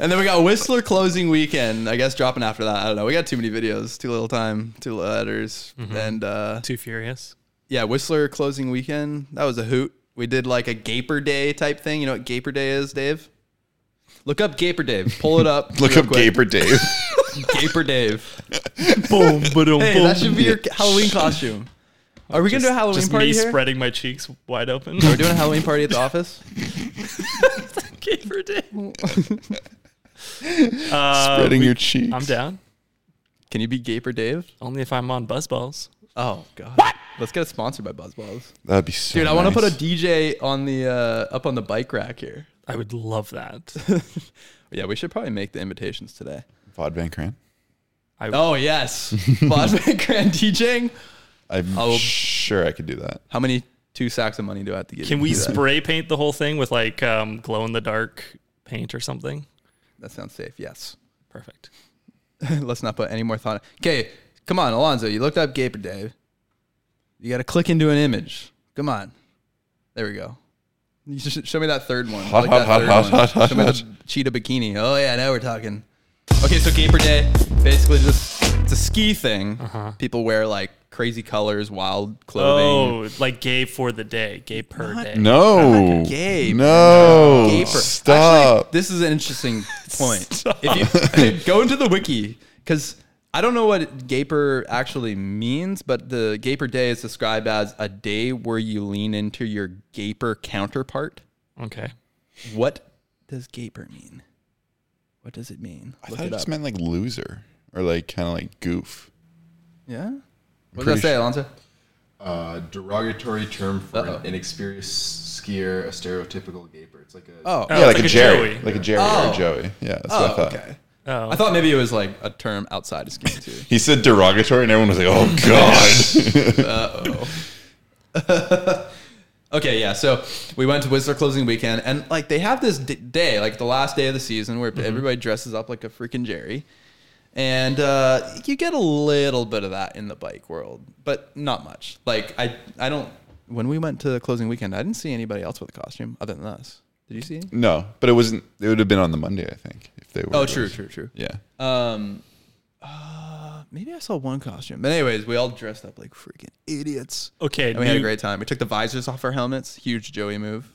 S2: and then we got Whistler closing weekend. I guess dropping after that. I don't know. We got too many videos, too little time, two letters,
S4: Mm-hmm.
S2: and uh,
S4: Too furious.
S2: yeah, Whistler closing weekend. That was a hoot. We did like a Gaper Day type thing. You know what Gaper Day is, Dave? Look up Gaper Dave. Pull it up.
S5: Look
S2: real
S5: up
S2: quick.
S5: Gaper Dave.
S2: Gaper Dave.
S4: Boom, boom,
S2: Hey, that should be your Halloween costume. Are we gonna do a Halloween
S4: Just
S2: party
S4: me
S2: here?
S4: spreading my cheeks wide open.
S2: We're doing a Halloween party at the office.
S4: Gaper Day. Uh,
S5: Spreading your cheeks.
S4: I'm down.
S2: Can you be Gaper Dave?
S4: Only if I'm on Buzzballs.
S2: Oh god. What? Let's get it sponsored by BuzzBalls.
S5: That'd be so.
S2: Dude, I want to
S5: Oh, nice.
S2: put a DJ on the uh, up on the bike rack here.
S4: I would love that.
S2: Yeah, we should probably make the invitations today.
S5: Vod Van Cran.
S2: Oh yes, Bod Van Grand DJing.
S5: I'm
S2: I'll-
S5: sure I could do that.
S2: How many two sacks of money do I have to get?
S4: Can we spray paint the whole thing with like um, glow in the dark paint or something?
S2: That sounds safe. Yes.
S4: Perfect.
S2: Let's not put any more thought. Okay, come on, Alonzo. You looked up Gaper Dave. You got to click into an image. Come on. There we go. You should show me that third one. I
S5: Hot,
S2: like
S5: hot,
S2: that
S5: hot,
S2: third
S5: hot,
S2: one.
S5: hot, hot,
S2: show me
S5: hot.
S2: the cheetah bikini. Oh yeah, now we're talking. Okay, so Gaper Day, basically just it's a ski thing. People wear like crazy colors, wild clothing.
S4: Uh-huh. Oh, like gay for the day, gay per day.
S5: No.
S2: Gabe.
S5: No.
S2: Gaper. Actually,
S5: Stop.
S2: this is an interesting point. If you go into the wiki, because I don't know what Gaper actually means, but the Gaper Day is described as a day where you lean into your Gaper counterpart.
S4: Okay.
S2: What does Gaper mean? What does it mean?
S5: I
S2: Look
S5: thought it
S2: it
S5: just
S2: up.
S5: meant like loser or like kind of like goof.
S2: yeah. What does
S5: pretty
S2: that say,
S5: sure.
S2: Alonso?
S3: Uh, derogatory term for
S2: Uh-oh.
S3: an inexperienced skier, a stereotypical gaper. It's like a
S2: Oh,
S4: Oh,
S5: yeah,
S4: it's
S5: like, a Jerry.
S4: Joey.
S5: Like a Jerry or
S2: Oh.
S5: a Joey. Yeah, that's what I
S2: oh
S5: thought.
S2: okay.
S4: Oh.
S2: I thought maybe it was like a term outside of skiing too.
S5: He said derogatory, and everyone was like, "Oh God!"
S2: Okay, yeah. So we went to Whistler closing weekend, and like they have this d- day, like the last day of the season, where everybody dresses up like a freaking Jerry, and uh, you get a little bit of that in the bike world, but not much. Like I, I don't. When we went to the closing weekend, I didn't see anybody else with a costume other than us. Did you see? any?
S5: no, but it wasn't. It would have been on the Monday, I think, if they were.
S2: Oh, true, true, true.
S5: Yeah,
S2: Um, uh, maybe I saw one costume, but anyways, we all dressed up like freaking idiots,
S4: Okay.
S2: and we had a
S4: new-
S2: great time. We took the visors off our helmets. Huge Joey move.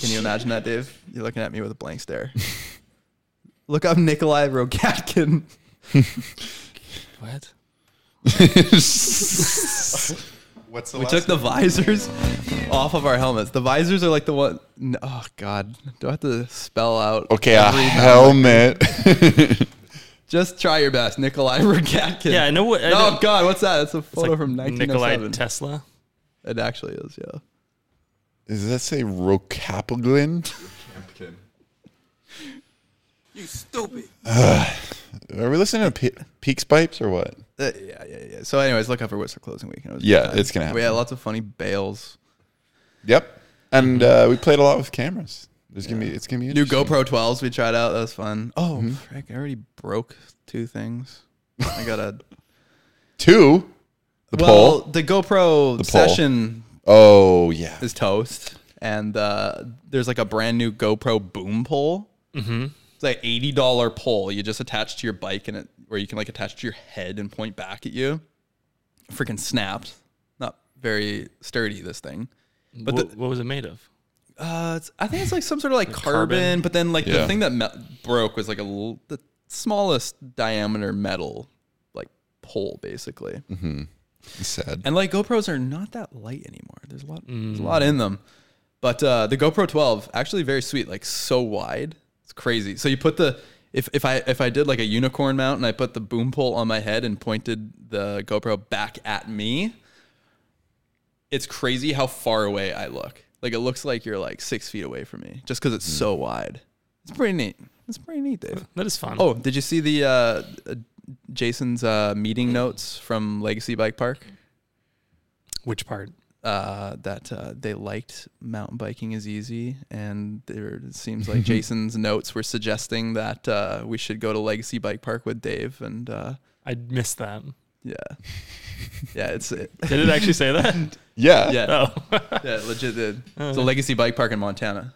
S2: Can you imagine that, Dave? You're looking at me with a blank stare. Look up Nikolai Rogatkin.
S4: What?
S3: what's the
S2: We took the visors off of our helmets. The visors are like the one n oh God. Do I have to spell out?
S5: okay, a
S2: every-
S5: helmet.
S2: Just try your best, Nikolai Rogatkin.
S4: Yeah, I know what- I
S2: oh
S4: know-
S2: God, what's that? It's a photo
S4: Like
S2: from
S4: Nikolai
S2: 1907.
S4: Tesla.
S2: it actually is, yeah. Uh,
S5: Does that say Rocapaglin?
S3: Campkin.
S5: Are we listening to Pe- Peaks Pipes or what?
S2: Uh, yeah, yeah, yeah. So, anyways, look out for Whistler closing weekend. It was a
S5: Yeah,
S2: good time.
S5: it's gonna
S2: We had
S5: happen.
S2: lots of funny bails.
S5: Yep. And uh, we played a lot with cameras. There's gonna be. It's gonna be
S2: Mm-hmm. New
S5: interesting.
S2: GoPro 12s we tried out. That was fun. Oh,
S5: Mm-hmm.
S2: frick, I already broke two things. I got a
S5: two. The
S2: well,
S5: pole.
S2: the GoPro
S5: The pole.
S2: session
S5: Oh yeah.
S2: is toast, and uh, there's like a brand new GoPro boom pole. Mm-hmm. It's like eighty dollar pole you just attach to your bike, and it where you can like attach to your head and point back at you. Freaking snapped. Not very sturdy. This thing.
S4: But what, what was it made of?
S2: Uh, it's, I think it's like some sort of like carbon,
S4: carbon?
S2: but then like the
S5: Yeah.
S2: thing that me- broke was like a l- the smallest diameter metal like pole basically.
S5: Sad.
S2: And like GoPros are not that light anymore. There's a lot there's a lot in them. But uh, the GoPro 12 actually very sweet, like so wide. It's crazy. So you put the if, if I if I did like a unicorn mount and I put the boom pole on my head and pointed the GoPro back at me, it's crazy how far away I look. Like it looks like you're like six feet away from me just because it's so wide. It's pretty neat. It's pretty neat, Dave.
S4: That is fun.
S2: Oh, did you see the uh, uh, Jason's uh, meeting notes from Legacy Bike Park?
S4: which part?
S2: Uh, that uh, they liked mountain biking is easy, and there it seems like Jason's notes were suggesting that uh, we should go to Legacy Bike Park with Dave, and uh,
S4: I missed that.
S2: yeah, yeah, it's it.
S4: Did it actually say that?
S5: Yeah.
S2: yeah,
S4: Oh, Uh-huh.
S2: yeah, it legit did. It's a Legacy Bike Park in Montana.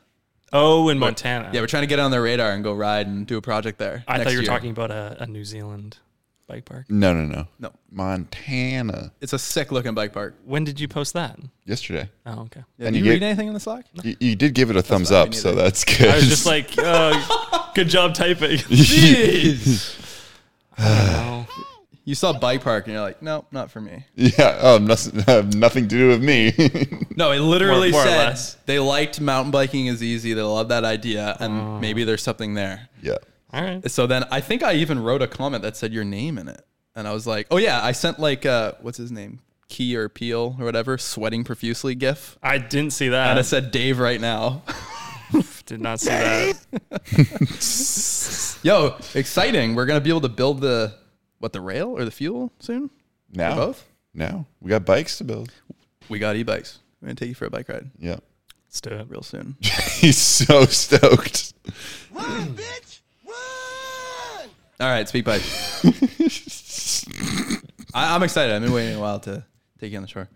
S4: oh, in Montana.
S2: Yeah, we're trying to get on their radar and go ride and do a project there.
S4: I
S2: next
S4: thought you were
S2: year.
S4: talking about a, a New Zealand bike park.
S5: No, no, no.
S2: No.
S5: Montana.
S2: It's a sick looking bike park.
S4: When did you post that?
S5: Yesterday.
S4: Oh, okay.
S2: Yeah,
S5: And
S2: did
S5: you
S2: you, read
S5: get-
S2: anything in the Slack?
S5: You, you did give it a thumbs up, so that's good.
S4: I was just like, uh, good job typing. Oh,
S2: You saw bike park and you're like, no, not for me.
S5: yeah, um, nothing, have nothing to do with me.
S2: No, it literally
S4: More- more or
S2: said
S4: less.
S2: they liked mountain biking is easy. They love that idea, and
S4: Oh.
S2: maybe there's something there.
S5: yeah.
S4: all right.
S2: So then I think I even wrote a comment that said your name in it, and I was like, oh yeah, I sent like uh, what's his name, Key or Peel or whatever, sweating profusely GIF,
S4: I didn't see
S2: and I
S4: that.
S2: said Dave right now.
S4: Did not see that.
S2: Yo, exciting! We're gonna be able to build the what the rail or the fuel soon.
S5: Now.
S4: Oh.
S2: both?
S5: Now. We got bikes to build.
S2: We got e-bikes. We're gonna take you for a bike ride
S5: Yeah.
S4: Let's do it.
S2: real soon.
S5: He's so stoked.
S2: All right, speak bike. I, I'm excited. I've been waiting a while to take you on the shore.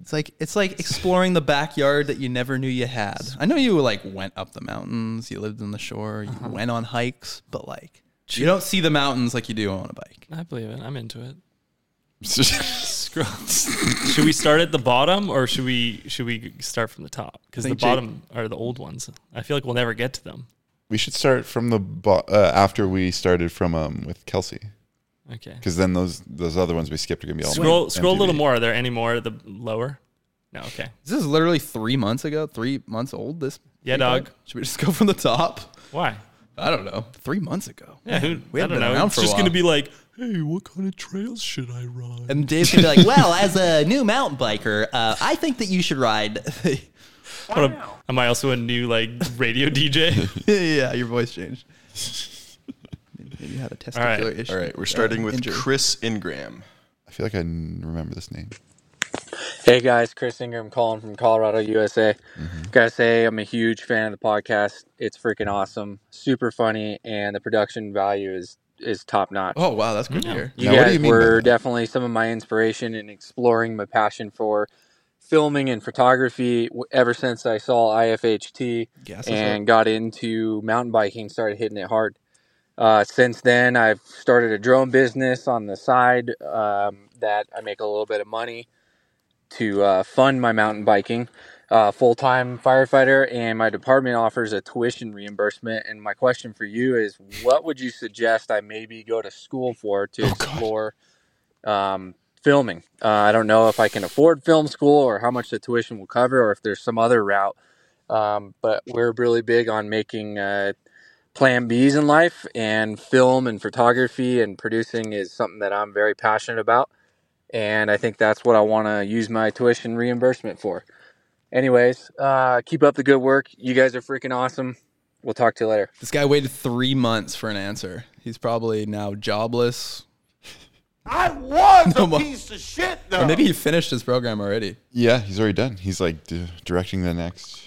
S2: It's like it's like exploring the backyard that you never knew you had. I know you like went up the mountains, you lived on the shore, you went on hikes, but like you don't see the mountains like you do on a bike.
S4: I believe it. I'm into it.
S5: Scroll.
S4: Should we start at the bottom or should we should we start from the top? Because the
S2: Think
S4: bottom are the old ones. I feel like we'll never get to them.
S5: we should start from the bo- uh, after we started from um with Kelsey
S4: Okay.
S5: because then those those other ones we skipped are gonna be all
S4: Scroll scroll a little
S5: MTV.
S4: more. Are there any more at the lower? No. Okay.
S2: This is literally three months ago, three months old. This
S4: Yeah,
S2: speak bike?
S4: dog.
S2: Should we just go from the top?
S4: Why?
S2: I don't know. Three months ago.
S4: Yeah. Who,
S2: we
S4: I
S2: haven't
S4: don't
S2: been
S4: know.
S2: around
S4: It's
S2: for a
S4: just gonna
S2: while.
S4: be like, hey, what kind of trails should I ride?
S2: And Dave's gonna be like, "Well, as a new mountain biker, uh, I think that you should ride."
S4: What am- am I also a new like radio DJ?
S2: yeah, your voice changed. Maybe you had a testicular
S4: right.
S2: issue.
S3: All right, we're starting with
S2: Injury.
S3: Chris Ingram.
S5: I feel like I n- remember this name.
S10: Hey guys, Chris Ingram calling from Colorado, USA.
S5: Mm-hmm.
S10: Gotta say, I'm a huge fan of the podcast. It's freaking awesome, super funny, and the production value is is top notch.
S2: Oh wow, that's good to hear.
S10: You
S5: Now, what do
S10: guys
S5: you mean by
S10: were
S5: that?
S10: definitely some of my inspiration in exploring my passion for filming and photography w- ever since I saw IFHT
S2: Gas is
S10: and got into mountain biking, started hitting it hard. Uh, since then, I've started a drone business on the side um, that I make a little bit of money to uh, fund my mountain biking. Uh, Full time firefighter, and my department offers a tuition reimbursement. And my question for you is what would you suggest I maybe go to school for to explore um, filming? Uh, I don't know if I can afford film school or how much the tuition will cover or if there's some other route. Um, but we're really big on making uh, plan B's in life, and film and photography and producing is something that I'm very passionate about. And I think that's what I want to use my tuition reimbursement for. Anyways, uh, keep up the good work. You guys are freaking awesome. We'll talk to you later.
S2: This guy waited three months for an answer. He's probably now jobless,
S6: I was
S2: No
S6: a
S2: more.
S6: piece of shit,
S2: or
S6: though.
S2: maybe he finished his program already.
S5: Yeah, he's already done. He's like di- directing the next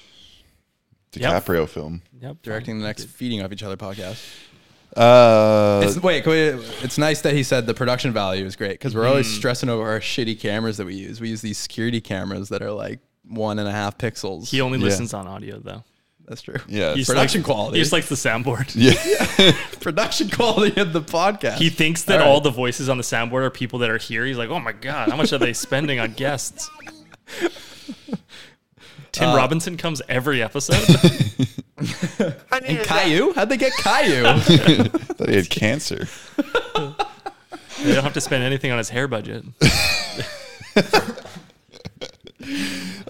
S4: Yep.
S5: DiCaprio film.
S4: Yep.
S2: Directing the next feeding off each other podcast.
S5: Uh,
S2: It's, wait, can we- it's nice that he said the production value is great because we're
S4: Hmm.
S2: always stressing over our shitty cameras that we use. We use these security cameras that are like one and a half pixels.
S4: He only listens on audio though.
S2: That's true.
S5: yeah,
S4: He's
S2: Production
S4: like-
S2: quality.
S4: He just likes the soundboard.
S2: Production quality of the podcast.
S4: He thinks that
S2: All
S4: all,
S2: right.
S4: the voices on the soundboard are people that are here. He's like, oh my god, how much are they spending on guests? Tim
S2: Uh,
S4: Robinson comes every episode.
S2: And Caillou? How'd they get Caillou?
S5: thought he had cancer.
S4: they don't have to spend anything on his hair budget.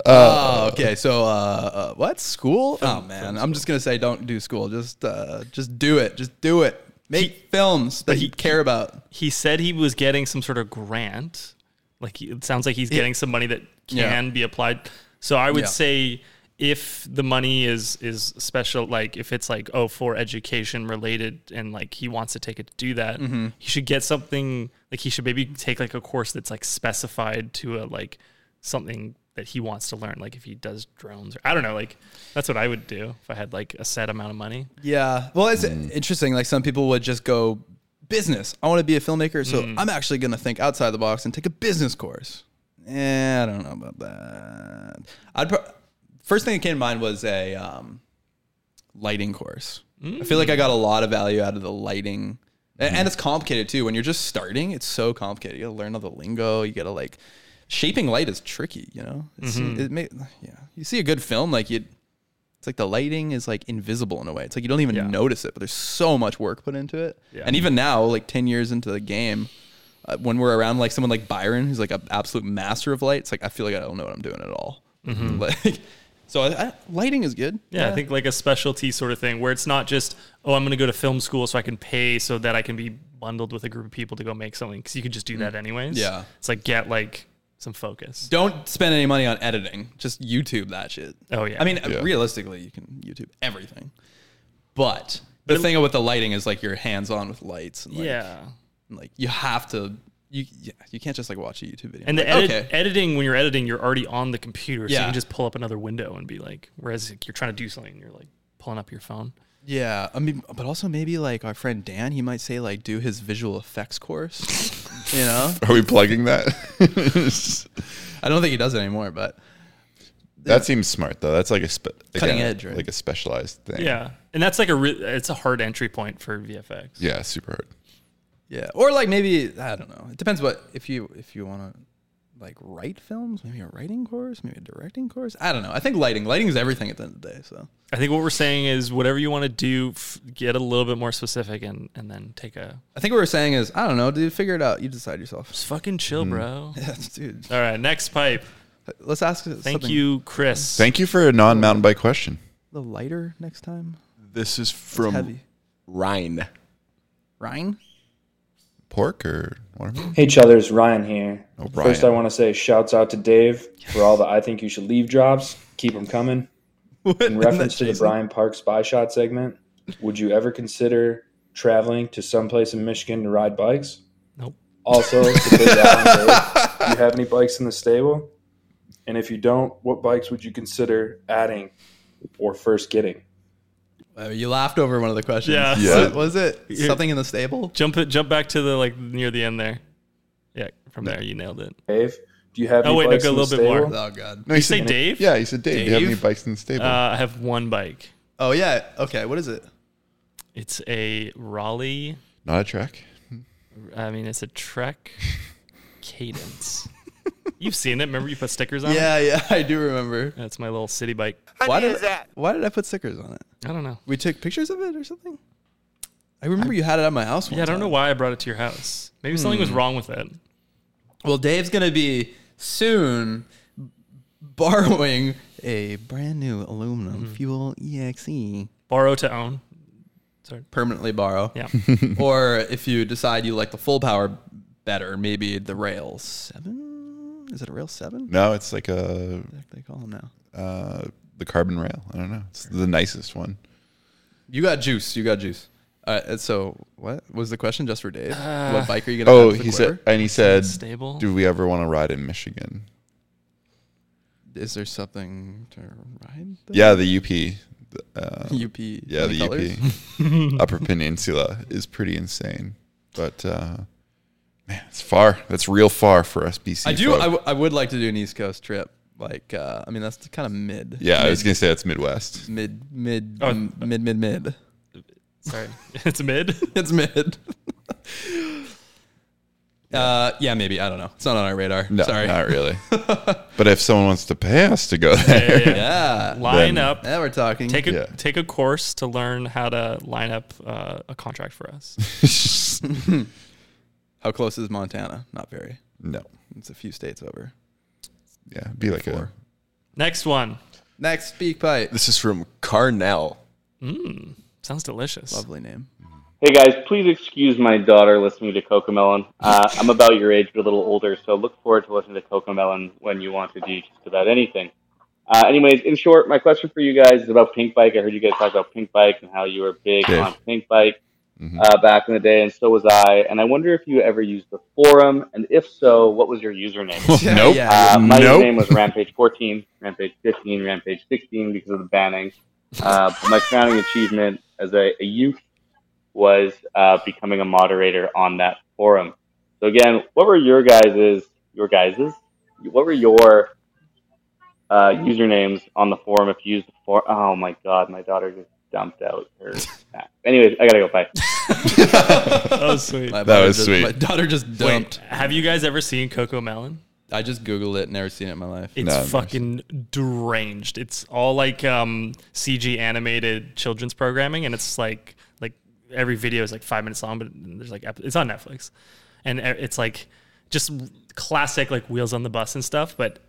S2: oh, okay. So, uh, uh, what school? oh man, I'm just gonna say don't do school. Just, uh, just do it. Just do it. Make films that
S4: he-
S2: you care about.
S4: He said he was getting some sort of grant. Like he- it sounds like he's getting some money that
S2: Yeah.
S4: can be applied. So I would
S2: Yeah.
S4: say if the money is is special, like if it's like oh for education related, and like he wants to take it to do that,
S2: Mm-hmm.
S4: he should get something. Like he should maybe take like a course that's like specified to a like something that he wants to learn. Like if he does drones, or I don't know. Like that's what I would do if I had like a set amount of money.
S2: Yeah. Well, it's interesting. Like some people would just go business. I want to be a filmmaker, so I'm actually gonna think outside the box and take a business course. Eh, I don't know about that. I'd pro- first thing that came to mind was a um, lighting course. I feel like I got a lot of value out of the lighting. A- And it's complicated too. When you're just starting, it's so complicated. You gotta learn all the lingo. You gotta like shaping light is tricky, you know? It's,
S4: Mm-hmm.
S2: it may, yeah. You see a good film, like you it's like the lighting is like invisible in a way. It's like you don't even notice it, but there's so much work put into it. And even now, like 10 years into the game, uh, when we're around like someone like Byron, who's like an absolute master of light, it's like I feel like I don't know what I'm doing at all. Like, so I, I, lighting is good.
S4: Mm-hmm. Yeah, I think like a specialty sort of thing where it's not just, oh, I'm going to go to film school so I can pay so that I can be bundled with a group of people to go make something because you could just do that anyways.
S2: Mm. Yeah.
S4: It's like get like some focus.
S2: Don't spend any money on editing. Just YouTube that shit.
S4: Oh, yeah.
S2: I mean,
S5: Yeah.
S2: realistically, you can YouTube everything. But the thing with the lighting is like you're hands on with lights. And like,
S4: yeah.
S2: and, like you have to. You yeah, you can't just like watch a YouTube video.
S4: And the
S2: Like,
S4: edit-
S2: okay.
S4: editing, when you're editing, you're already on the computer. So you
S2: Yeah.
S4: can just pull up another window and be like, whereas like, you're trying to do something and you're like pulling up your phone.
S2: Yeah, I mean, but also maybe like our friend Dan, he might say like do his visual effects course. you know,
S5: Are we plugging that?
S2: I don't think he does it anymore, but
S5: that seems smart though. That's like a spe-
S2: Cutting edge, right?
S5: like a specialized thing.
S4: Yeah. And that's like a, re- it's a hard entry point for VFX.
S5: yeah, super hard.
S2: yeah, or like maybe I don't know. It depends what if you if you want to like write films, maybe a writing course, maybe a directing course. I don't know. I think lighting, lighting is everything at the end of the day. So
S4: I think what we're saying is whatever you want to do, f- get a little bit more specific and, and then take a
S2: I think what we're saying is I don't know, dude. Figure it out. You decide yourself.
S4: Just fucking
S2: Mm.
S4: chill, bro.
S2: dude,
S4: All right, next pipe.
S2: let's ask.
S4: Thank you, Chris.
S5: Thank you for a non-mountain bike question.
S2: The lighter next time.
S3: This is from
S2: Heavy.
S3: Rhine.
S2: Ryan.
S5: Pork or whatever.
S11: Hey, Chuthers, Ryan here.
S5: Oh,
S11: First, I
S5: Ryan.
S11: want to say shouts out to Dave for all the I think you should leave drops. Keep them coming. In reference to the Brian Park spy shot segment, would you ever consider traveling to someplace in Michigan to ride bikes?
S4: Nope.
S11: Also, to Big Allen Dave, do you have any bikes in the stable? And if you don't, what bikes would you consider adding or first getting?
S2: Uh, you laughed over one of the questions.
S4: Yeah.
S5: Yeah.
S2: What was it something in the stable?
S4: Jump it. Jump back to the like near the end there. Yeah, from there you nailed it.
S11: Dave, do you have
S4: Oh,
S11: any
S4: wait, no,
S11: bikes
S4: go a
S11: in the
S4: little bit more.
S11: stable?
S2: Oh god.
S5: No, you
S4: Say Dave.
S5: Yeah, he said Dave. Do you have
S2: Dave?
S5: any bikes in the stable?
S4: Uh, I have one bike.
S2: Oh yeah. Okay. What is it?
S4: It's a Raleigh.
S5: Not a track.
S4: I mean, it's a Trek Cadence. You've seen it. Remember you put stickers on it?
S2: Yeah, yeah. I do remember.
S4: That's my little city bike.
S2: Why
S6: need
S2: did
S6: that.
S2: Why did I put stickers on it?
S4: I don't know.
S2: We took pictures of it or something. I remember you had it at my house. One
S4: Yeah, I don't know
S2: time.
S4: why I brought it to your house. Maybe something
S11: Hmm.
S4: was wrong with it.
S2: Well, Dave's gonna be soon borrowing a brand new aluminum fuel E EXE
S4: Borrow to own.
S2: permanently borrow.
S4: Yeah.
S2: or if you decide you like the full power better, maybe the rail seven. Is it a rail seven? What
S5: No, it's like a
S2: the heck do they call them now?
S5: uh, the carbon rail. I don't know. It's the nicest one.
S2: You got juice. You got juice. Uh, and so, what was the question just for Dave? what bike are you gonna?
S5: Oh,
S2: add to the
S5: he said,
S2: quiver?
S5: and he said,
S4: Stable.
S5: "Do we ever want to ride in Michigan?"
S2: "Is there something to ride?" there?
S5: Yeah, the UP. the, Uh,
S2: UP.
S5: yeah, the
S2: colors?
S5: UP Upper Peninsula is pretty insane, but uh, man, it's far. That's real far for us BC.
S2: I do.
S5: folk.
S2: I, w- I would like to do an East Coast trip. Like, uh, I mean, that's kind of mid.
S5: yeah, I was gonna say that's Midwest.
S2: Mid, mid,
S4: Oh,
S2: m- mid, mid, mid.
S4: Sorry, it's mid.
S2: It's mid. Uh, yeah, maybe. I don't know. It's not on our radar.
S5: No,
S2: Sorry.
S5: not really. but if someone wants to pay us to go there,
S11: Uh,
S2: yeah.
S4: Line
S5: then-
S4: up.
S2: Now we're talking.
S4: Take a
S5: Yeah.
S4: take a course to learn how to line up uh, a contract for us.
S2: How close is Montana? Not very.
S5: No,
S2: It's a few states over.
S5: yeah, it'd be like a
S4: Next one.
S2: Next, Speak Pipe.
S3: This is from Carnell.
S4: Mm, sounds delicious.
S2: Lovely name.
S12: Hey guys, please excuse my daughter listening to Cocomelon. Uh, I'm about your age, but a little older, so look forward to listening to Cocomelon when you want to do just about anything. Uh, anyways, in short, my question for you guys is about Pink Bike. I heard you guys talk about Pink Bike and how you were big
S5: Dave.
S12: on Pink Bike uh, back in the day, and so was I. And I wonder if you ever used the forum, and if so, what was your username?
S5: nope,
S12: Uh, my
S5: nope.
S12: username was Rampage 14, Rampage 15, Rampage 16 because of the banning. Uh, but my crowning achievement as a, a youth was uh, becoming a moderator on that forum. So again, what were your guys's your guys's what were your uh, usernames on the forum if you used the forum? Oh my god, my daughter just dumped out her. snack. Anyways, I gotta go. Bye.
S4: Oh sweet.
S2: My
S5: That
S2: daughter
S5: was
S2: just-
S5: sweet.
S2: My daughter just
S4: Wait,
S2: dumped.
S4: have you guys ever seen Coco Melon?
S2: I just Googled it. Never seen it in my life.
S4: It's
S5: No, I've never
S4: fucking deranged. It's all like um, CG animated children's programming, and it's like like every video is like five minutes long, but there's like ep- it's on Netflix, and e- it's like just classic like Wheels on the Bus and stuff. But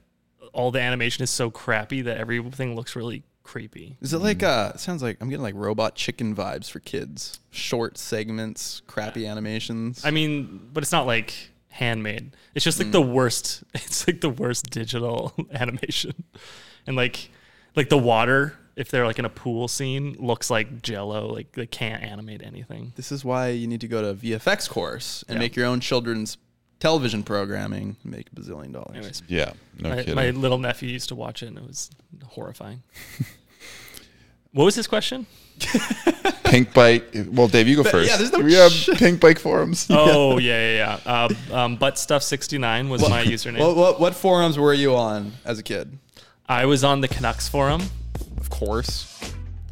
S4: all the animation is so crappy that everything looks really creepy.
S2: Is it like uh it sounds like I'm getting like robot chicken vibes for kids. Short segments, crappy animations.
S4: I mean, but it's not like handmade. It's just like the worst. It's like the worst digital animation, and like like the water. If they're like in a pool scene, looks like Jello. Like they can't animate anything.
S2: this is why you need to go to VFX course and make your own children's television programming and make a bazillion dollars.
S4: Anyways,
S5: yeah. No
S4: my,
S5: kidding.
S4: my little nephew used to watch it, and it was horrifying. what was his question?
S5: Pink bike. Well, Dave, you go first.
S2: yeah, there's no
S5: we have
S2: sh-
S5: pink bike forums.
S4: Oh yeah, yeah, yeah. Uh, um, butt stuff sixty nine was my username.
S2: What, what what forums were you on as a kid?
S4: I was on the Canucks forum,
S2: Of course.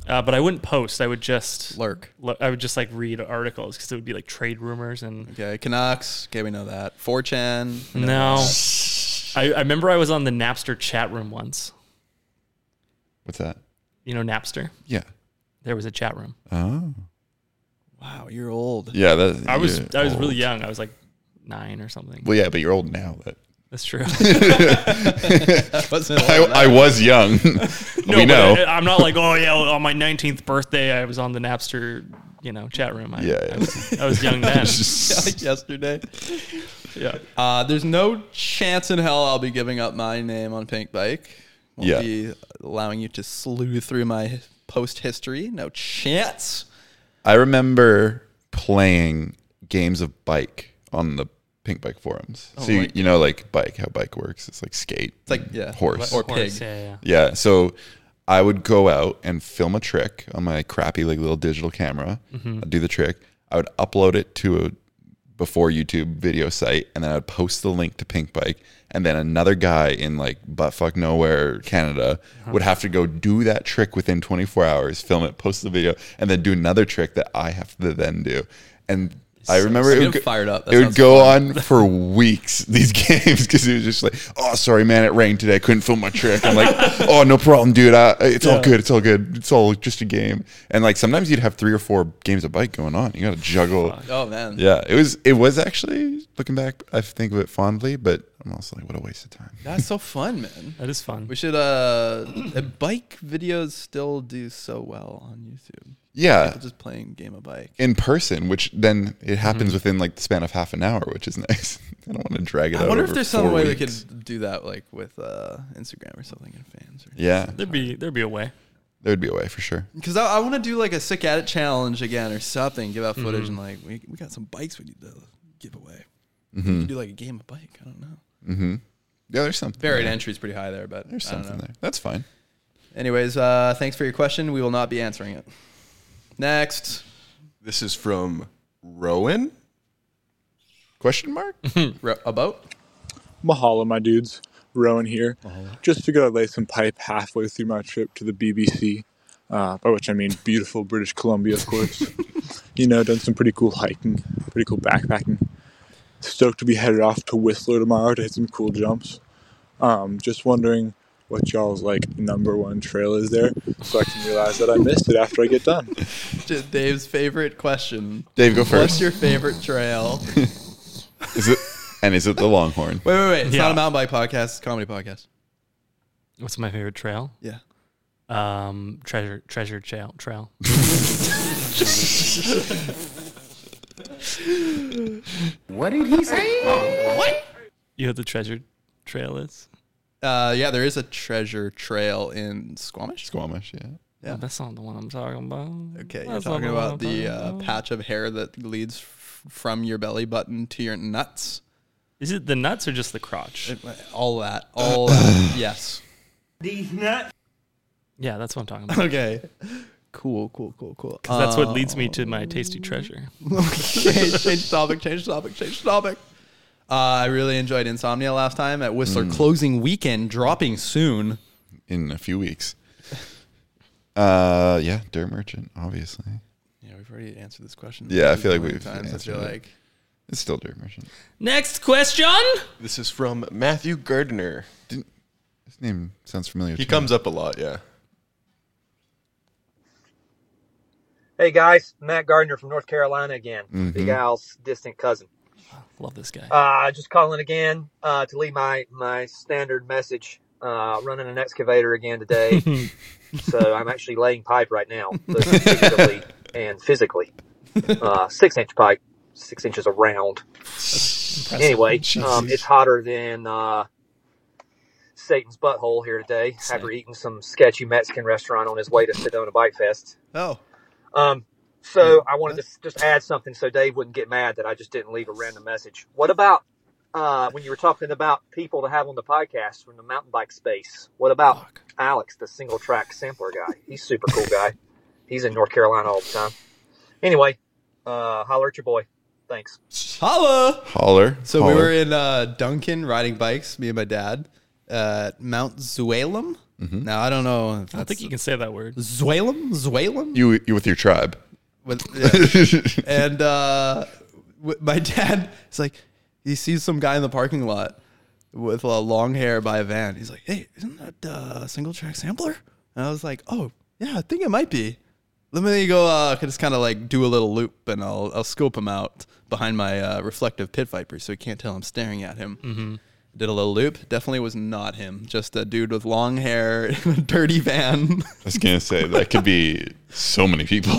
S4: uh, but I wouldn't post. I would just
S2: Lurk.
S4: lo- I would just like read articles because it would be like trade rumors and
S2: Okay, Canucks. Okay, we know that. 4chan. we know
S4: no.
S2: that.
S4: I, I remember I was on the Napster chat room once.
S5: What's that?
S4: You know Napster?
S5: Yeah.
S4: There was a chat room.
S5: Oh.
S2: Wow, you're old.
S5: Yeah. That,
S4: I was
S5: you're
S4: I was really
S5: old.
S4: young. I was like nine or something.
S5: Well, yeah, but you're old now. But
S4: That's true.
S2: That wasn't old.
S5: I, I was young. we
S4: but
S5: know.
S4: I, am not like oh yeah. well, On my 19th birthday, I was on the Napster you know chat room. I,
S5: yeah. yeah.
S4: I was young then.
S2: yesterday.
S4: yeah.
S2: Uh, there's no chance in hell I'll be giving up my name on Pink Bike. Won't
S5: Yeah.
S2: be allowing you to slew through my post history. No chance.
S5: I remember playing games of bike on the pink bike forums. so you,
S2: like-
S5: you know, like bike, how bike works. It's like skate. It's
S2: like, yeah.
S5: horse.
S2: Or-
S4: Horse,
S2: Pig.
S4: yeah, yeah, yeah.
S5: yeah. So I would go out and film a trick on my crappy like little digital camera.
S2: Mm-hmm.
S5: I'd do the trick. I would upload it to a before YouTube video site, and then I'd post the link to Pink Bike, and then another guy in like buttfuck nowhere Canada
S2: Uh-huh.
S5: would have to go do that trick within 24 hours, film it, post the video, and then do another trick that I have to then do. And I remember
S2: I'm
S5: it
S2: getting
S5: would, go,
S2: fired up. That
S5: It would
S2: sounds
S5: go on for weeks these games because it was just like, oh, sorry, man, it rained today. I couldn't film my trick. I'm like, oh, no problem, dude. I, it's all good. It's all good. It's all just a game. And like sometimes you'd have three or four games of bike going on. You got to juggle.
S2: Oh man.
S5: Yeah, it was. It was actually looking back. I think of it fondly, but I'm also like, what a waste of time.
S2: That's so fun, man.
S4: That is fun.
S2: We should uh uh, bike videos still do so well on YouTube.
S5: Yeah,
S2: People just playing game of bike.
S5: in person, which then it happens
S2: Mm-hmm.
S5: within like the span of half an hour, which is nice. I don't want to drag it.
S2: I
S5: out
S2: wonder if
S5: over
S2: there's
S5: four
S2: some way we
S5: weeks.
S2: could do that like with uh Instagram or something and fans or
S5: Yeah,
S4: There'd be there'd be a way.
S5: there would be a way for sure.
S2: Because I, I want to do like a sick at it challenge again or something. Give out footage and like we, we got some bikes we need to give away. We could do like a game of bike. I don't know.
S5: Yeah, there's something.
S2: Buried
S5: there.
S2: entry is pretty high there, but
S5: There's
S2: I don't
S5: something
S2: know.
S5: there. That's fine.
S2: Anyways, uh, thanks for your question. We will not be answering it. Next,
S3: This is from Rowan.
S5: Question mark?
S2: Ro- a boat.
S13: Mahalo, my dudes. Rowan here.
S14: Uh-huh.
S13: Just to go lay some pipe halfway through my trip to the BBC, uh, by which I mean beautiful British Columbia, of course. you know, done some pretty cool hiking, pretty cool backpacking. stoked to be headed off to Whistler tomorrow to hit some cool jumps. Um, just wondering what y'all's like number one trail is there, so I can realize that I missed it after I get done.
S2: Dave's favorite question.
S5: Dave, go
S2: What's
S5: first.
S2: your favorite trail? wait,
S5: Is it and is it the Longhorn?
S2: wait, wait. It's
S4: Yeah.
S2: not a mountain bike podcast. It's a comedy podcast.
S4: What's my favorite trail?
S2: Yeah.
S4: Um, treasure treasure trail trail.
S15: What did he
S2: Oh,
S15: say? What?
S4: you know what the treasure trail is?
S2: Uh, yeah, there is a treasure trail in Squamish.
S5: Squamish, yeah.
S4: Yeah, that's not the one I'm talking about.
S2: Okay, you're
S4: That's
S2: talking
S4: not
S2: about
S4: the one I'm
S2: the
S4: talking
S2: uh,
S4: about.
S2: patch of hair that leads f- from your belly button to your nuts.
S4: Is it the nuts or just the crotch?
S2: All that. All that. Yes.
S15: These nuts.
S4: Yeah, that's what I'm talking about.
S2: Okay. Cool, cool, cool, cool.
S4: Because that's what leads me to my tasty
S2: Um,
S4: treasure.
S2: change, change topic, change topic, change topic. Uh, I really enjoyed Insomnia last time at Whistler closing weekend, dropping soon.
S5: In a few weeks. Uh, yeah, Dirt Merchant, obviously.
S2: Yeah, we've already answered this question.
S5: Yeah, I
S2: This is
S5: feel like
S2: one of the
S5: we've
S2: times. I
S5: answered
S2: feel
S5: it.
S2: like
S5: It's still Dirt Merchant.
S4: Next question.
S16: This is from Matthew Gardner.
S5: His name sounds familiar.
S16: He
S5: to me.
S16: comes up a lot, yeah.
S17: Hey guys, Matt Gardner from North Carolina again,
S5: Mhm.
S17: Big Al's distant cousin.
S4: Love this guy.
S17: Uh, just calling again uh, to leave my my standard message. Uh, running an excavator again today, so I'm actually laying pipe right now, but figuratively and physically. Uh, six inch pipe, six inches around. Anyway, um, it's hotter than uh, Satan's butthole here today after eating some sketchy Mexican restaurant on his way to Sedona Bike Fest.
S2: Oh.
S17: Um, so I wanted to s- just add something so Dave wouldn't get mad that I just didn't leave a random message. What about uh, when you were talking about people to have on the podcast from the mountain bike space? What about Alex, the single track sampler guy? He's a super cool guy. He's in North Carolina all the time. Anyway, uh, holler at your boy. Thanks.
S2: Holla!
S5: Holler.
S2: So
S5: holler.
S2: we were in uh, Duncan riding bikes, me and my dad, at Mount Zuelum. Now, I don't know. If that's
S4: I don't think you can say that word.
S2: Zuelum? Zuelum?
S5: you you with your tribe.
S2: with, yeah. and uh, w- my dad is like, he sees some guy in the parking lot with uh, long hair by a van. He's like, hey, isn't that uh, a single track sampler? And I was like, oh, yeah, I think it might be. Let me go, uh, just kind of like do a little loop and I'll, I'll scope him out behind my uh, reflective pit viper so he can't tell I'm staring at him.
S4: Mhm.
S2: Did a little loop. Definitely was not him. Just a dude with long hair in a dirty van.
S5: I was gonna say that could be so many people.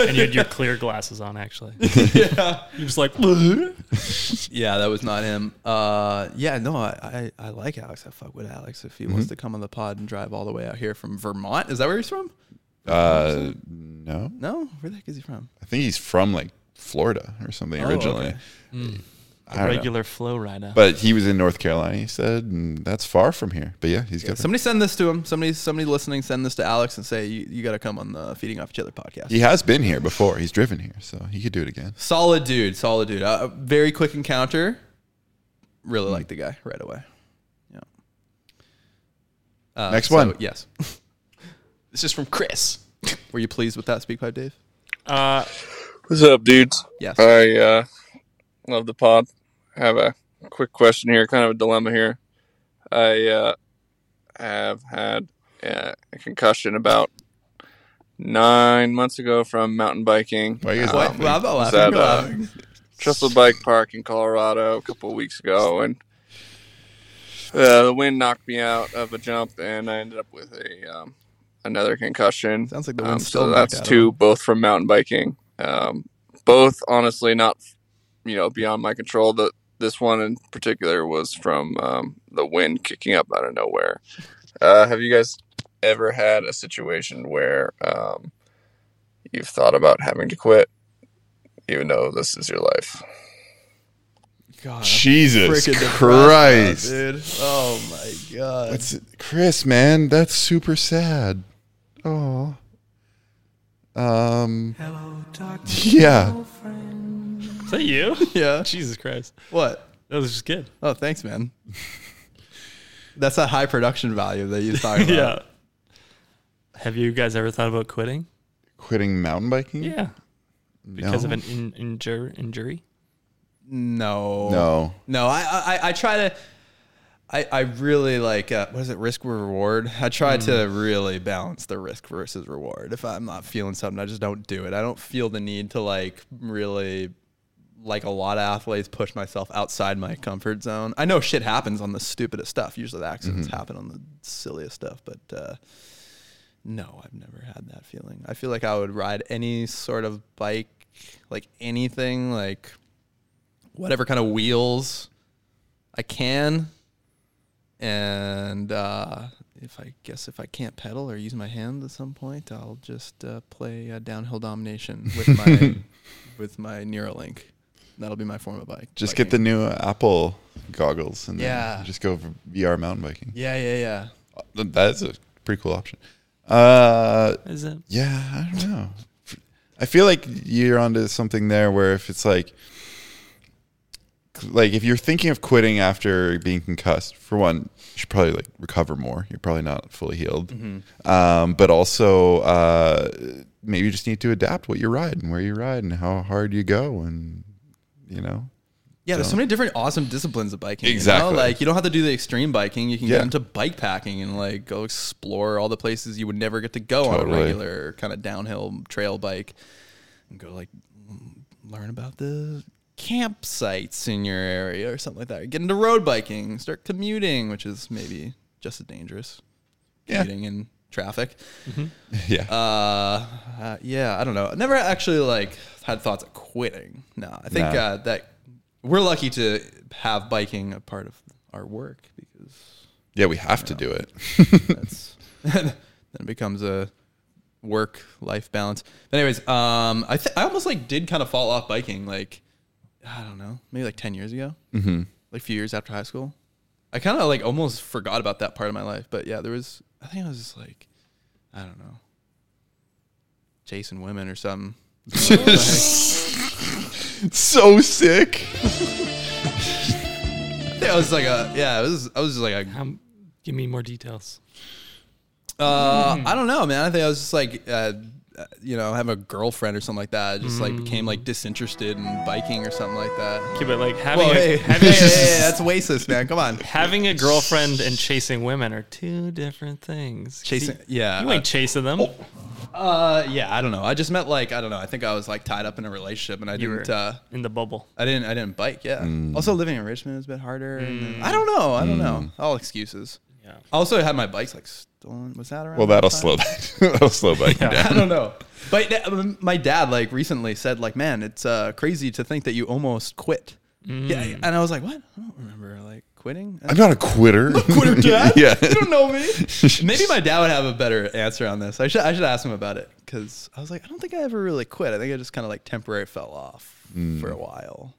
S4: and you had your clear glasses on, actually.
S2: yeah.
S4: You're just like,
S2: yeah, that was not him. Uh, yeah, no, I, I, I like Alex. I fuck with Alex if he
S5: Mm-hmm.
S2: wants to come on the pod and drive all the way out here from Vermont. Is that where he's from?
S5: uh, no,
S2: No, where the heck is he from?
S5: I think he's from like Florida or something
S2: Oh,
S5: originally.
S2: okay. Hmm.
S4: Mm.
S5: I don't
S4: a
S5: know.
S4: regular flow rider.
S5: But he was in North Carolina, he said, and that's far from here. But yeah, he's got
S2: Somebody send this to him. Somebody, somebody listening, send this to Alex and say you, you got to come on the Feeding Off Each Other podcast.
S5: He has been here before. He's driven here, so he could do it again.
S2: Solid dude, solid dude. Uh, very quick encounter. Really
S5: Mm.
S2: like the guy right away. Yeah. Uh,
S5: Next
S2: so,
S5: one.
S2: Yes. this is from Chris. Were you pleased with that speak pipe, Dave?
S4: Uh,
S14: What's up, dudes?
S2: Yes.
S14: I uh, love the pod. I have a quick question here, kind of a dilemma here. I uh, have had uh, a concussion about nine months ago from mountain biking.
S5: Why are you guys
S2: Why- laughing? why am I
S14: It was
S2: laughing?
S14: at,
S2: You're
S14: uh,
S2: laughing.
S14: Trestle Bike Park in Colorado a couple of weeks ago, and uh, the wind knocked me out of a jump, and I ended up with a um, another concussion.
S2: Sounds like the
S14: Um,
S2: wind's still
S14: so
S2: knocked
S14: that's
S2: out of
S14: two,
S2: him.
S14: both from mountain biking. Um, both honestly not, you know, beyond my control. The this one in particular was from um, the wind kicking up out of nowhere. Uh, have you guys ever had a situation where um, you've thought about having to quit, even though this is your life?
S2: God, I'm
S5: Jesus
S2: freaking depressed now,
S5: Christ.
S2: dude. Oh my god.
S5: That's Chris, man. That's super sad. Oh. Um. Yeah.
S4: is that you?
S2: Yeah.
S4: Jesus Christ.
S2: What?
S4: That was just good.
S2: Oh, thanks, man. That's that high production value that you're talking about.
S4: yeah. Have you guys ever thought about quitting?
S5: Quitting mountain biking?
S4: Yeah. Because of
S5: No.
S4: an in, injur- injury?
S2: No.
S5: No.
S2: No. I I, I try to. I, I really like uh, what is it risk reward. I try to really balance the risk versus reward. If I'm not feeling something, I just don't do it. I don't feel the need to like really like a lot of athletes push myself outside my comfort zone. I know shit happens on the stupidest stuff. Usually the accidents
S5: Mhm.
S2: happen on the silliest stuff, but uh, no, I've never had that feeling. I feel like I would ride any sort of bike, like anything, like whatever kind of wheels I can. And uh, if I guess if I can't pedal or use my hand at some point, I'll just uh, play uh, downhill domination with my with my Neuralink. That'll be my form of bike.
S5: Just get the new Apple goggles and then
S2: Yeah.
S5: just go for VR mountain biking.
S2: Yeah, yeah, yeah.
S5: That's a pretty cool option. Uh,
S4: Is it?
S5: Yeah, I don't know. I feel like you're onto something there where if it's like, like if you're thinking of quitting after being concussed, for one, you should probably like recover more. You're probably not fully healed,
S2: Mhm.
S5: um, but also uh, maybe you just need to adapt what you ride and where you ride and how hard you go and you know.
S2: Yeah, there's so
S5: don't-
S2: many different awesome disciplines of biking. you know?
S5: Exactly.
S2: Like you don't have to do the extreme biking. You can
S5: Yeah.
S2: get into bike packing and like go explore all the places you would never get to go on a
S5: Totally.
S2: regular kind of downhill trail bike. And go like mm, learn about the campsites in your area or something like that. Or get into road biking, start commuting, which is maybe just as dangerous.
S5: Yeah.
S2: Commuting in traffic.
S5: Mhm. Yeah.
S2: Uh, uh, yeah, I don't know. I never actually like had thoughts of quitting. No, I think
S5: No.
S2: uh, that we're lucky to have biking a part of our work because
S5: Yeah, we have to do it.
S2: that's then it becomes a work life balance. But anyways, um, I th- I almost like did kind of fall off biking like I don't know maybe like ten years ago,
S5: Mhm.
S2: like a few years after high school. I kind of like almost forgot about that part of my life, but yeah, there was I think I was just like I don't know chasing women or something.
S5: so sick.
S2: Yeah, it was like a yeah. It was I was just like a.
S4: Um, give me more details.
S2: Uh,
S4: Hmm.
S2: I don't know, man. I think I was just like, uh, uh, you know, having a girlfriend or something like that. I just like
S4: Hmm.
S2: became like disinterested in biking or something like that.
S4: Okay, but like having
S2: Whoa,
S4: a-
S2: hey,
S4: having a-
S2: hey, hey, hey, that's racist, man. Come on.
S4: Having a girlfriend and chasing women are two different things. 'Cause
S2: Chasing-
S4: you-
S2: yeah,
S4: You ain't
S2: uh,
S4: chasing them.
S2: Uh, yeah, I don't know. I just meant like I don't know. I think I was like tied up in a relationship, and I
S4: You
S2: didn't
S4: were
S2: uh,
S4: in the bubble.
S2: I didn't. I didn't bike. Yeah.
S5: Hmm.
S2: Also, living in Richmond is a bit harder. and
S4: Hmm.
S2: then- I don't know. I don't know.
S5: Hmm.
S2: All excuses. Yeah. I also had my bikes like stolen. Was that around?
S5: Well,
S2: that
S5: that'll
S2: time?
S5: slow that. that'll slow biking down.
S2: I don't know. But th- um, my dad like recently said like, man, it's uh, crazy to think that you almost quit. Yeah,
S4: Mm.
S2: and I was like, what? I don't remember like quitting.
S5: I'm not a quitter.
S2: quitter, dad.
S5: yeah.
S2: you don't know me. Maybe my dad would have a better answer on this. I should I should ask him about it because I was like, I don't think I ever really quit. I think I just kind of like temporary fell off
S5: Mm.
S2: for a while.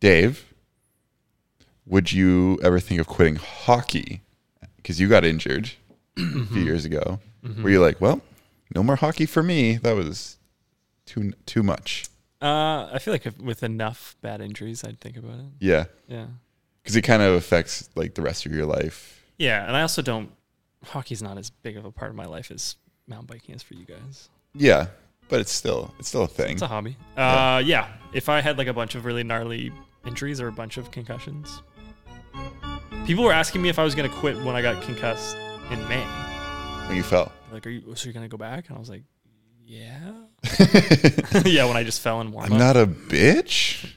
S5: Dave, would you ever think of quitting hockey? Because you got injured a few years ago. Were you like, well, no more hockey for me? That was too too much.
S4: Uh, I feel like if, with enough bad injuries, I'd think about it.
S5: Yeah.
S4: Yeah.
S5: Because it kind of affects like the rest of your life.
S4: Yeah, and I also don't. Hockey's not as big of a part of my life as mountain biking is for you guys.
S5: Yeah, but it's still it's still a thing.
S4: It's a hobby.
S5: Yeah.
S4: Uh, yeah. If I had like a bunch of really gnarly injuries or a bunch of concussions, people were asking me if I was gonna quit when I got concussed in May.
S5: When you fell.
S4: Like, are you? So you're gonna go back? And I was like, yeah. yeah. When I just fell in warm
S5: I'm not a bitch.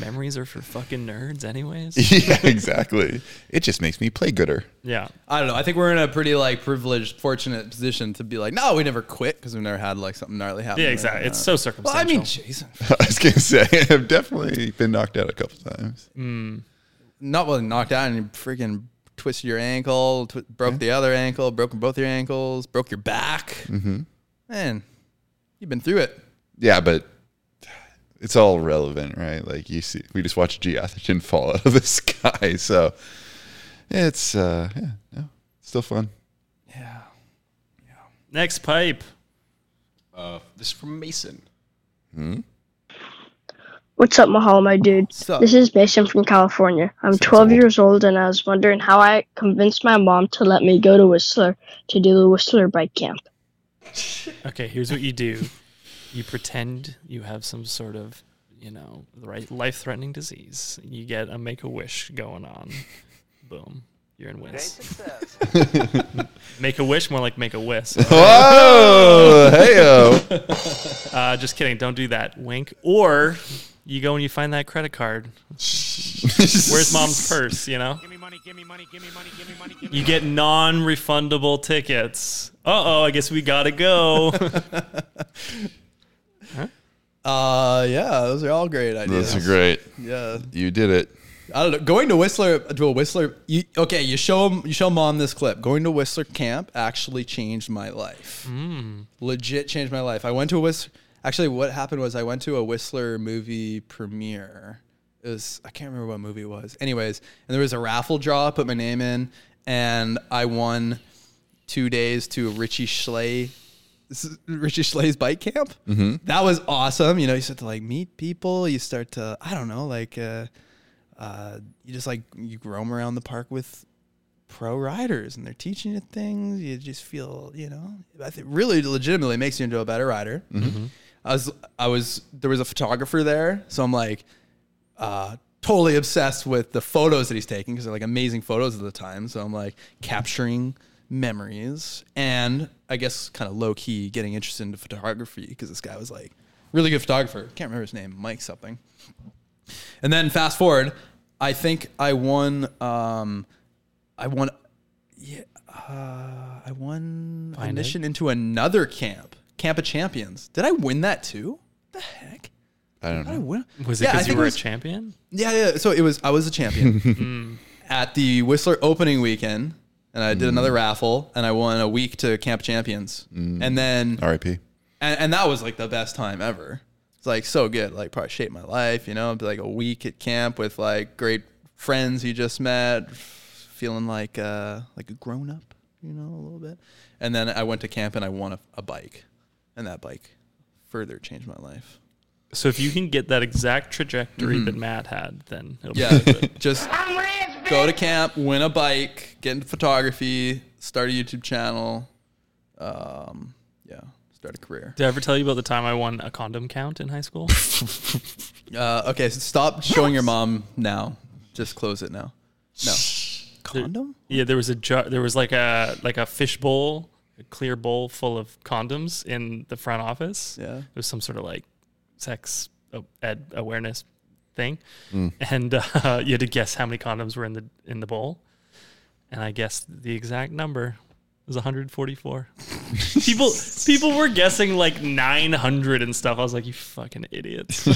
S4: Memories are for fucking nerds, anyways.
S5: yeah, exactly. It just makes me play gooder.
S4: Yeah.
S2: I don't know. I think we're in a pretty like privileged, fortunate position to be like, no, we never quit because we've never had like something gnarly happen.
S4: Yeah,
S2: Like,
S4: exactly. It's
S2: uh,
S4: so
S2: Well, I mean,
S4: circumstantial.
S2: Jason,
S5: I was gonna say I've definitely been knocked out a couple times.
S2: not really knocked out and you freaking twisted your ankle, tw- broke the other ankle, broken both your ankles, broke your back.
S5: Mm-hmm.
S2: Man, you've been through it.
S5: Yeah, but it's all relevant, right? Like you see, we just watched G. Atherton fall out of the sky, so it's uh, yeah, no, still fun.
S4: Next pipe.
S3: Uh, this is from Mason.
S5: Hmm?
S15: What's up, Mahalo, my dude?
S3: Sup?
S15: This is Mason from California. I'm 12 years old, and I was wondering how I convinced my mom to let me go to Whistler to do the Whistler bike camp.
S4: Okay, here's what you do. You pretend you have some sort of you know, the right life threatening disease, you get a make a wish going on. Boom. You're in wins. make a wish, more like make a wish.
S5: Whoa, heyo.
S4: uh, just kidding. Don't do that. Wink. Or you go and you find that credit card. Where's mom's purse? You know. You get non-refundable tickets. Uh oh. I guess we gotta go.
S2: Uh, yeah, those are all great ideas.
S5: Those are great.
S2: Yeah.
S5: You did it.
S2: I don't know. Going to Whistler to a Whistler. You, okay, you show 'em- you show mom this clip. Going to Whistler camp actually changed my life.
S4: Mm.
S2: Legit changed my life. I went to a Whistler. Actually, what happened was I went to a Whistler movie premiere. It was I can't remember what movie it was. Anyways, and there was a raffle draw. I put my name in, and I won two days to Richie Schley. this is Richie Schley's bike camp.
S5: Mhm.
S2: That was awesome. You know, you start to like meet people. You start to I don't know, like uh, uh, you just like you roam around the park with pro riders and they're teaching you things. You just feel you know, I think really legitimately makes you into a better rider.
S12: Mhm.
S2: I was I was there was a photographer there, so I'm like uh, totally obsessed with the photos that he's taking because they're like amazing photos of the time. So I'm like capturing memories and I guess kind of low key getting interested into photography because this guy was like really good photographer. Can't remember his name, Mike something. And then fast forward, I think I won. Um, I won. Yeah, uh, I won
S4: Find it.
S2: admission into another camp, Camp of Champions. Did I win that too?
S5: I don't
S2: Did I win?
S4: Was it
S2: Yeah, I
S4: because
S2: think
S4: you were
S2: was-
S4: a champion?
S2: Yeah, yeah. So it was. I was a champion at the Whistler opening weekend, and I did another raffle, and I won a week to Camp Champions,
S5: Mm.
S2: and then
S5: R.I.P.
S2: and, and that was like the best time ever. It's like so good, like probably shaped my life, you know. Be like a week at camp with like great friends you just met, feeling like uh like a grown up, you know, a little bit. And then I went to camp and I won a, a bike, and that bike further changed my life.
S4: So if you can get that exact trajectory
S2: Mhm.
S4: that Matt had, then it'll
S2: Yeah,
S4: be good.
S2: just go to camp, win a bike, get into photography, start a YouTube channel. Um, yeah, start a career.
S4: Did I ever tell you about the time I won a condom count in high school?
S2: Uh, okay, so stop showing your mom now. Just close it now. No. Condom?
S4: yeah, there was a jar. There was like a like a fish bowl, a clear bowl full of condoms in the front office.
S2: Yeah, it
S4: was some sort of like sex o- ed awareness thing,
S12: Mm.
S4: and uh, you had to guess how many condoms were in the in the bowl, and I guessed the exact number. It was 144. people people were guessing like 900 and stuff. I was like, you fucking idiots.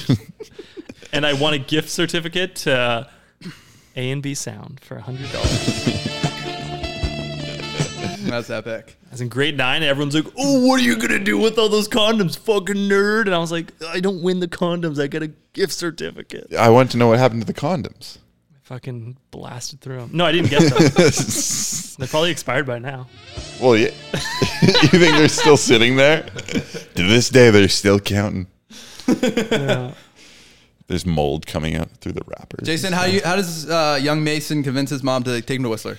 S4: and I won a gift certificate to A and B Sound for hundred dollars.
S2: That's epic.
S4: I was in grade nine, and everyone's like, "Oh, what are you gonna do with all those condoms, fucking nerd?" And I was like, "I don't win the condoms. I get a gift certificate."
S5: I want to know what happened to the condoms.
S4: I fucking blasted through them. No, I didn't get them. They're probably expired by now.
S5: Well, yeah. you think they're still sitting there? To this day, they're still counting. There's mold coming out through the wrappers.
S2: Jason, how you how does uh, young Mason convince his mom to take him to Whistler?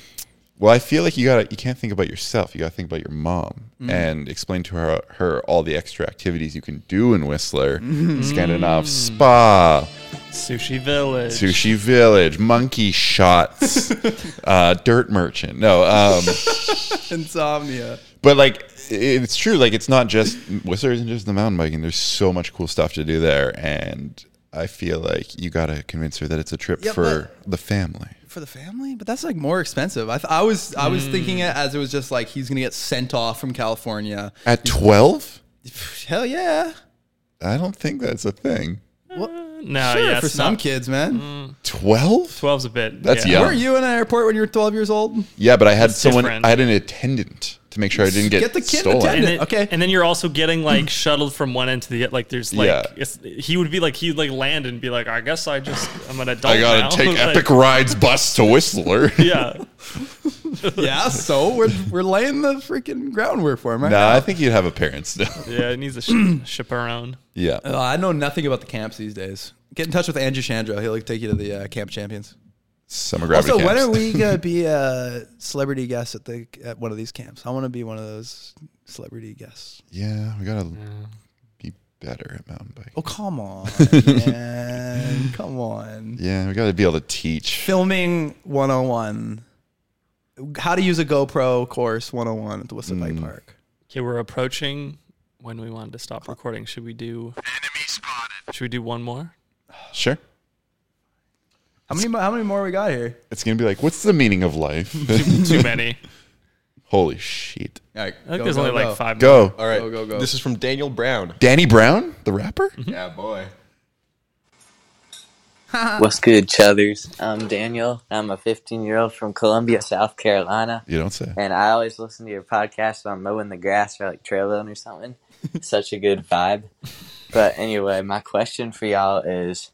S5: Well, I feel like you got to you can't think about yourself. You got to think about your mom
S2: Mm.
S5: and explain to her her all the extra activities you can do in Whistler,
S2: Mm.
S4: Mhm.
S5: Scandinav Spa,
S4: Sushi Village.
S5: Sushi Village, Monkey Shots, uh, Dirt Merchant. No, um,
S2: Insomnia.
S5: but like i- it's true. Like it's not just Whistler isn't just the mountain biking. There's so much cool stuff to do there, and I feel like you got to convince her that it's a trip
S2: Yeah,
S5: for the family.
S2: For the family, but that's like more expensive. I, th- I was I was thinking it as it was just like he's gonna get sent off from California.
S5: At twelve,
S2: Hell yeah.
S5: I don't think that's a thing.
S4: No,
S2: Sure,
S4: yeah,
S2: for
S4: it's
S2: some
S4: not-
S2: kids, man.
S5: Twelve?
S4: Twelve's a bit.
S5: That's
S4: yeah.
S5: young.
S2: Were you in an airport when you were 12 years old?
S5: Yeah, but I had
S4: It's
S5: someone.
S4: different.
S5: I had an attendant to make sure I didn't get,
S2: Get the kid
S5: stolen.
S4: And then, okay. Hmm. And then you're also getting like shuttled from one end to the other. Like there's like
S5: Yeah.
S4: it's, he would be like he'd like land and be like, I guess I just I'm an adult.
S5: I
S4: now."
S5: gotta take
S4: Like,
S5: Epic Rides bus to Whistler.
S4: Yeah.
S2: yeah, so we're, we're laying the freaking groundwork for him, right?
S5: nah, I think you'd have a parent still.
S4: Yeah, it needs a sh- chaperone.
S5: Yeah.
S2: Uh, I know nothing about the camps these days. Get in touch with Andrew Chandra. He'll like, take you to the uh, Camp Champions.
S5: Summer gravity.
S2: also, when
S5: camps.
S2: are we gonna be a celebrity guest at the at one of these camps? I want to be one of those celebrity guests.
S5: Yeah, we gotta be better at mountain biking.
S2: Oh come on, man. come on.
S5: Yeah, we got to be able to teach.
S2: Filming 101. How to use a GoPro course 101 at the Whistler Bike Park.
S4: Okay, we're approaching when we wanted to stop recording. Should we do? Should we do one more?
S5: Sure.
S2: How many mo- how many more we got here?
S5: It's gonna be like, what's the meaning of life?
S4: Too many.
S5: Holy shit!
S2: All right,
S4: I think there's only like five.
S5: Go.
S13: All right.
S2: Go, go, go.
S13: This is from Daniel Brown.
S5: Danny Brown, the rapper.
S3: Mm-hmm.
S13: Yeah, boy.
S18: What's good, Chuthers? I'm Daniel. I'm a 15 year old from Columbia, South Carolina.
S5: You don't say.
S18: And I always listen to your podcast when I'm mowing the grass or like trailing or something. Such a good vibe. But anyway, my question for y'all is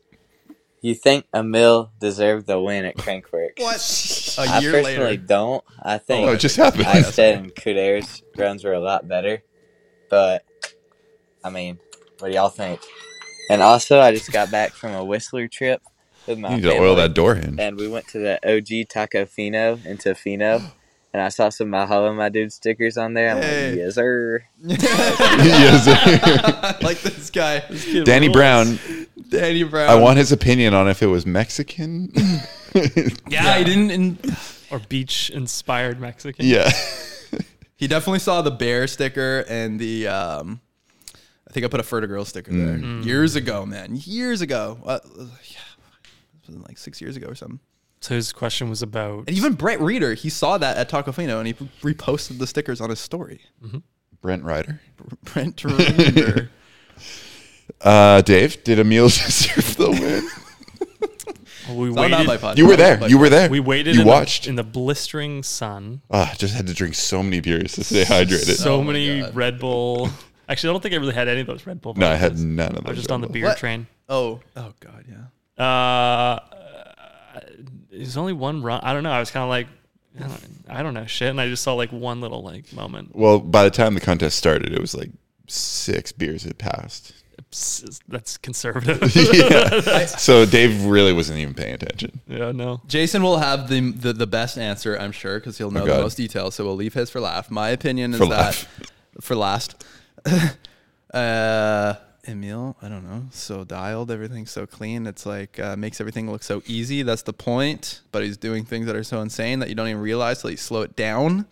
S18: you think Emil deserved the win at Crankworks?
S2: What?
S18: I
S2: A year
S18: personally
S2: later.
S18: don't. I think
S5: Oh, it just happened.
S18: I said and Kudair's runs were a lot better, but I mean, what do y'all think? And also, I just got back from a Whistler trip with my
S5: You need to
S18: family,
S5: oil that door hinge.
S18: and we went to the OG Taco Fino in Tofino, and I saw some Mahalo My Dude stickers on there. I'm like, yes sir.
S5: Yes.
S2: I like this guy.
S5: Danny Brown.
S2: Danny Brown.
S5: I want his opinion on if it was Mexican.
S4: Yeah,
S2: I didn't. In-
S4: or beach inspired Mexican.
S5: yeah.
S2: He definitely saw the bear sticker and the um, I think I put a Ferta Girl sticker there
S4: Mm.
S2: years ago, man. Years ago, uh, yeah, it was like six years ago or something.
S4: So his question was about.
S2: And even Brett Reader, he saw that at Tacofino and he reposted the stickers on his story.
S5: Brent Ryder.
S2: Brent Reader.
S5: Uh, Dave, did Emil deserve the win?
S4: We
S2: It's all
S4: waited-
S2: about my podcast.
S5: You were there. You were there.
S4: We waited.
S5: You
S4: in
S5: watched.
S4: the, in the blistering sun.
S5: Ah, just had to drink so many beers to stay hydrated.
S4: So many Red Bull. Actually, I don't think I really had any of those Red Bull.
S5: No, I had
S4: vodkas.
S5: none of
S4: I was
S5: those
S4: just
S5: Red
S4: on the
S5: Bull.
S4: beer
S2: What?
S4: train.
S2: Oh, oh God, yeah.
S4: Uh, there's only one run. I don't know. I was kind of like, I don't, I don't know shit, and I just saw like one little like moment.
S5: well, by the time the contest started, it was like six beers had passed.
S4: Psst, That's conservative.
S5: yeah. so Dave really wasn't even paying attention.
S4: yeah, no.
S2: Jason will have the the, the best answer, I'm sure, because he'll know the
S5: Oh, God.
S2: most details. So we'll leave his for laugh. My opinion is
S5: For
S2: that for last, uh, Emil, I don't know, so dialed, everything's so clean. It's like uh, makes everything look so easy. That's the point. But he's doing things that are so insane that you don't even realize till you slow it down.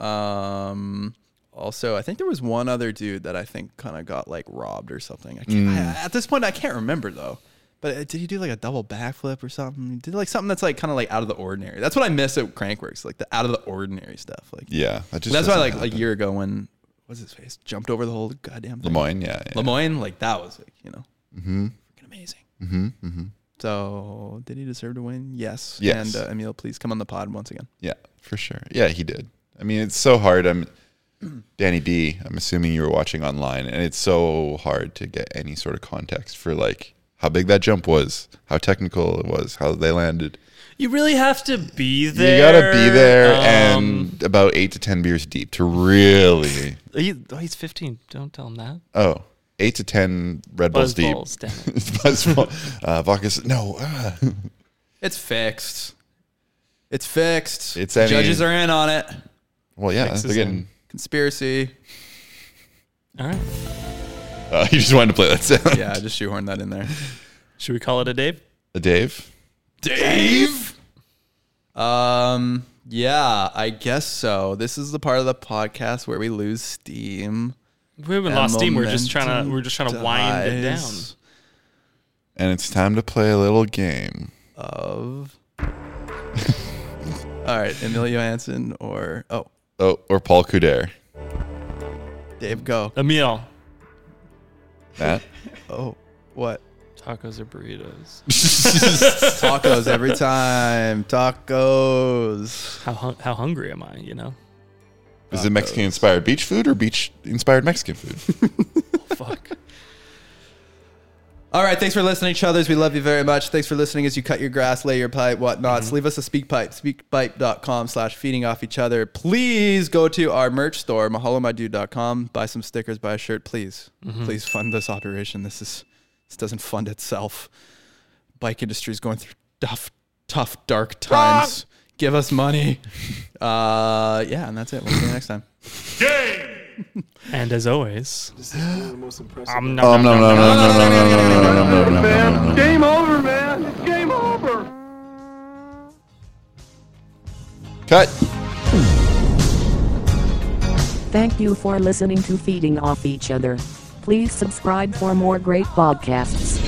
S2: Um, also, I think there was one other dude that I think kind of got like robbed or something. I can't, I-
S5: Mm.
S2: at this point, I can't remember though. But uh, did he do like a double backflip or something? He Did like something that's like kind of like out of the ordinary. That's what I miss at Crankworks, like the out of the ordinary stuff. Like
S5: Yeah, that just
S2: that's why
S5: doesn't
S2: like a
S5: happen.
S2: year ago when what's his face jumped over the whole goddamn thing.
S5: Lemoyne, yeah, yeah.
S2: Lemoyne, like that was like you know
S5: Mm-hmm.
S2: freaking amazing.
S5: Mm-hmm. Mm-hmm.
S2: So did he deserve to win? Yes.
S5: Yes.
S2: And uh, Emil, please come on the pod once again.
S5: Yeah, for sure. Yeah, he did. I mean, it's so hard. I'm Danny D. I'm assuming you were watching online, and it's so hard to get any sort of context for like how big that jump was, how technical it was, how they landed.
S4: You really have to be
S5: You
S4: there.
S5: gotta be there
S4: Um,
S5: and about eight to ten beers deep to really.
S4: he- oh, he's 15. Don't tell him that.
S5: Oh, eight to ten Red Bulls
S4: Buzz
S5: deep.
S4: balls, damn it.
S5: Buzz ball- uh, vodka's- no. ah.
S2: It's fixed. It's fixed.
S5: It's
S2: The
S5: any-
S2: judges are in on it.
S5: Well, yeah,
S2: Fixes
S5: they're getting.
S2: them. conspiracy.
S4: All right.
S5: Uh, you just wanted to play that sound.
S2: Yeah, I just shoehorned that in there.
S4: Should we call it a Dave?
S5: Uh, Dave.
S2: Dave. Um. Yeah, I guess so. This is the part of the podcast where we lose steam.
S4: We haven't
S2: and
S4: lost steam. We're just trying to.
S2: momentum
S4: We're just trying to wind it down.
S2: dies
S5: And it's time to play a little game.
S2: Of. All right, Emilio Anson or oh
S5: Oh, or Paul Couder.
S2: Dave, go.
S4: Emil,
S5: Matt.
S2: Oh, what?
S4: tacos or burritos?
S2: Tacos every time. Tacos.
S4: How hung- how hungry am I? You know.
S5: Is it Mexican inspired beach food or beach inspired Mexican food?
S4: Fuck.
S2: All right, thanks for listening, each others. We love you very much. Thanks for listening as you cut your grass, lay your pipe, whatnots. Leave us a speak pipe, speakpipe.com slash feeding off each other. Please go to our merch store, mahalomadude.com. Buy some stickers, buy a shirt, please. Please fund this operation. This is this doesn't fund itself. Bike industry is going through tough, tough, dark times. Give us money. Uh, yeah, and that's it. We'll see you next time.
S19: Game
S2: And as always, I'm
S5: Um, no, no, no, no, no, no, no, no, no, no, no, no, no, no, no, no.
S14: Game over, man. It's game over.
S5: Cut.
S1: Thank you for listening to Feeding Off Each Other. Please subscribe for more great podcasts.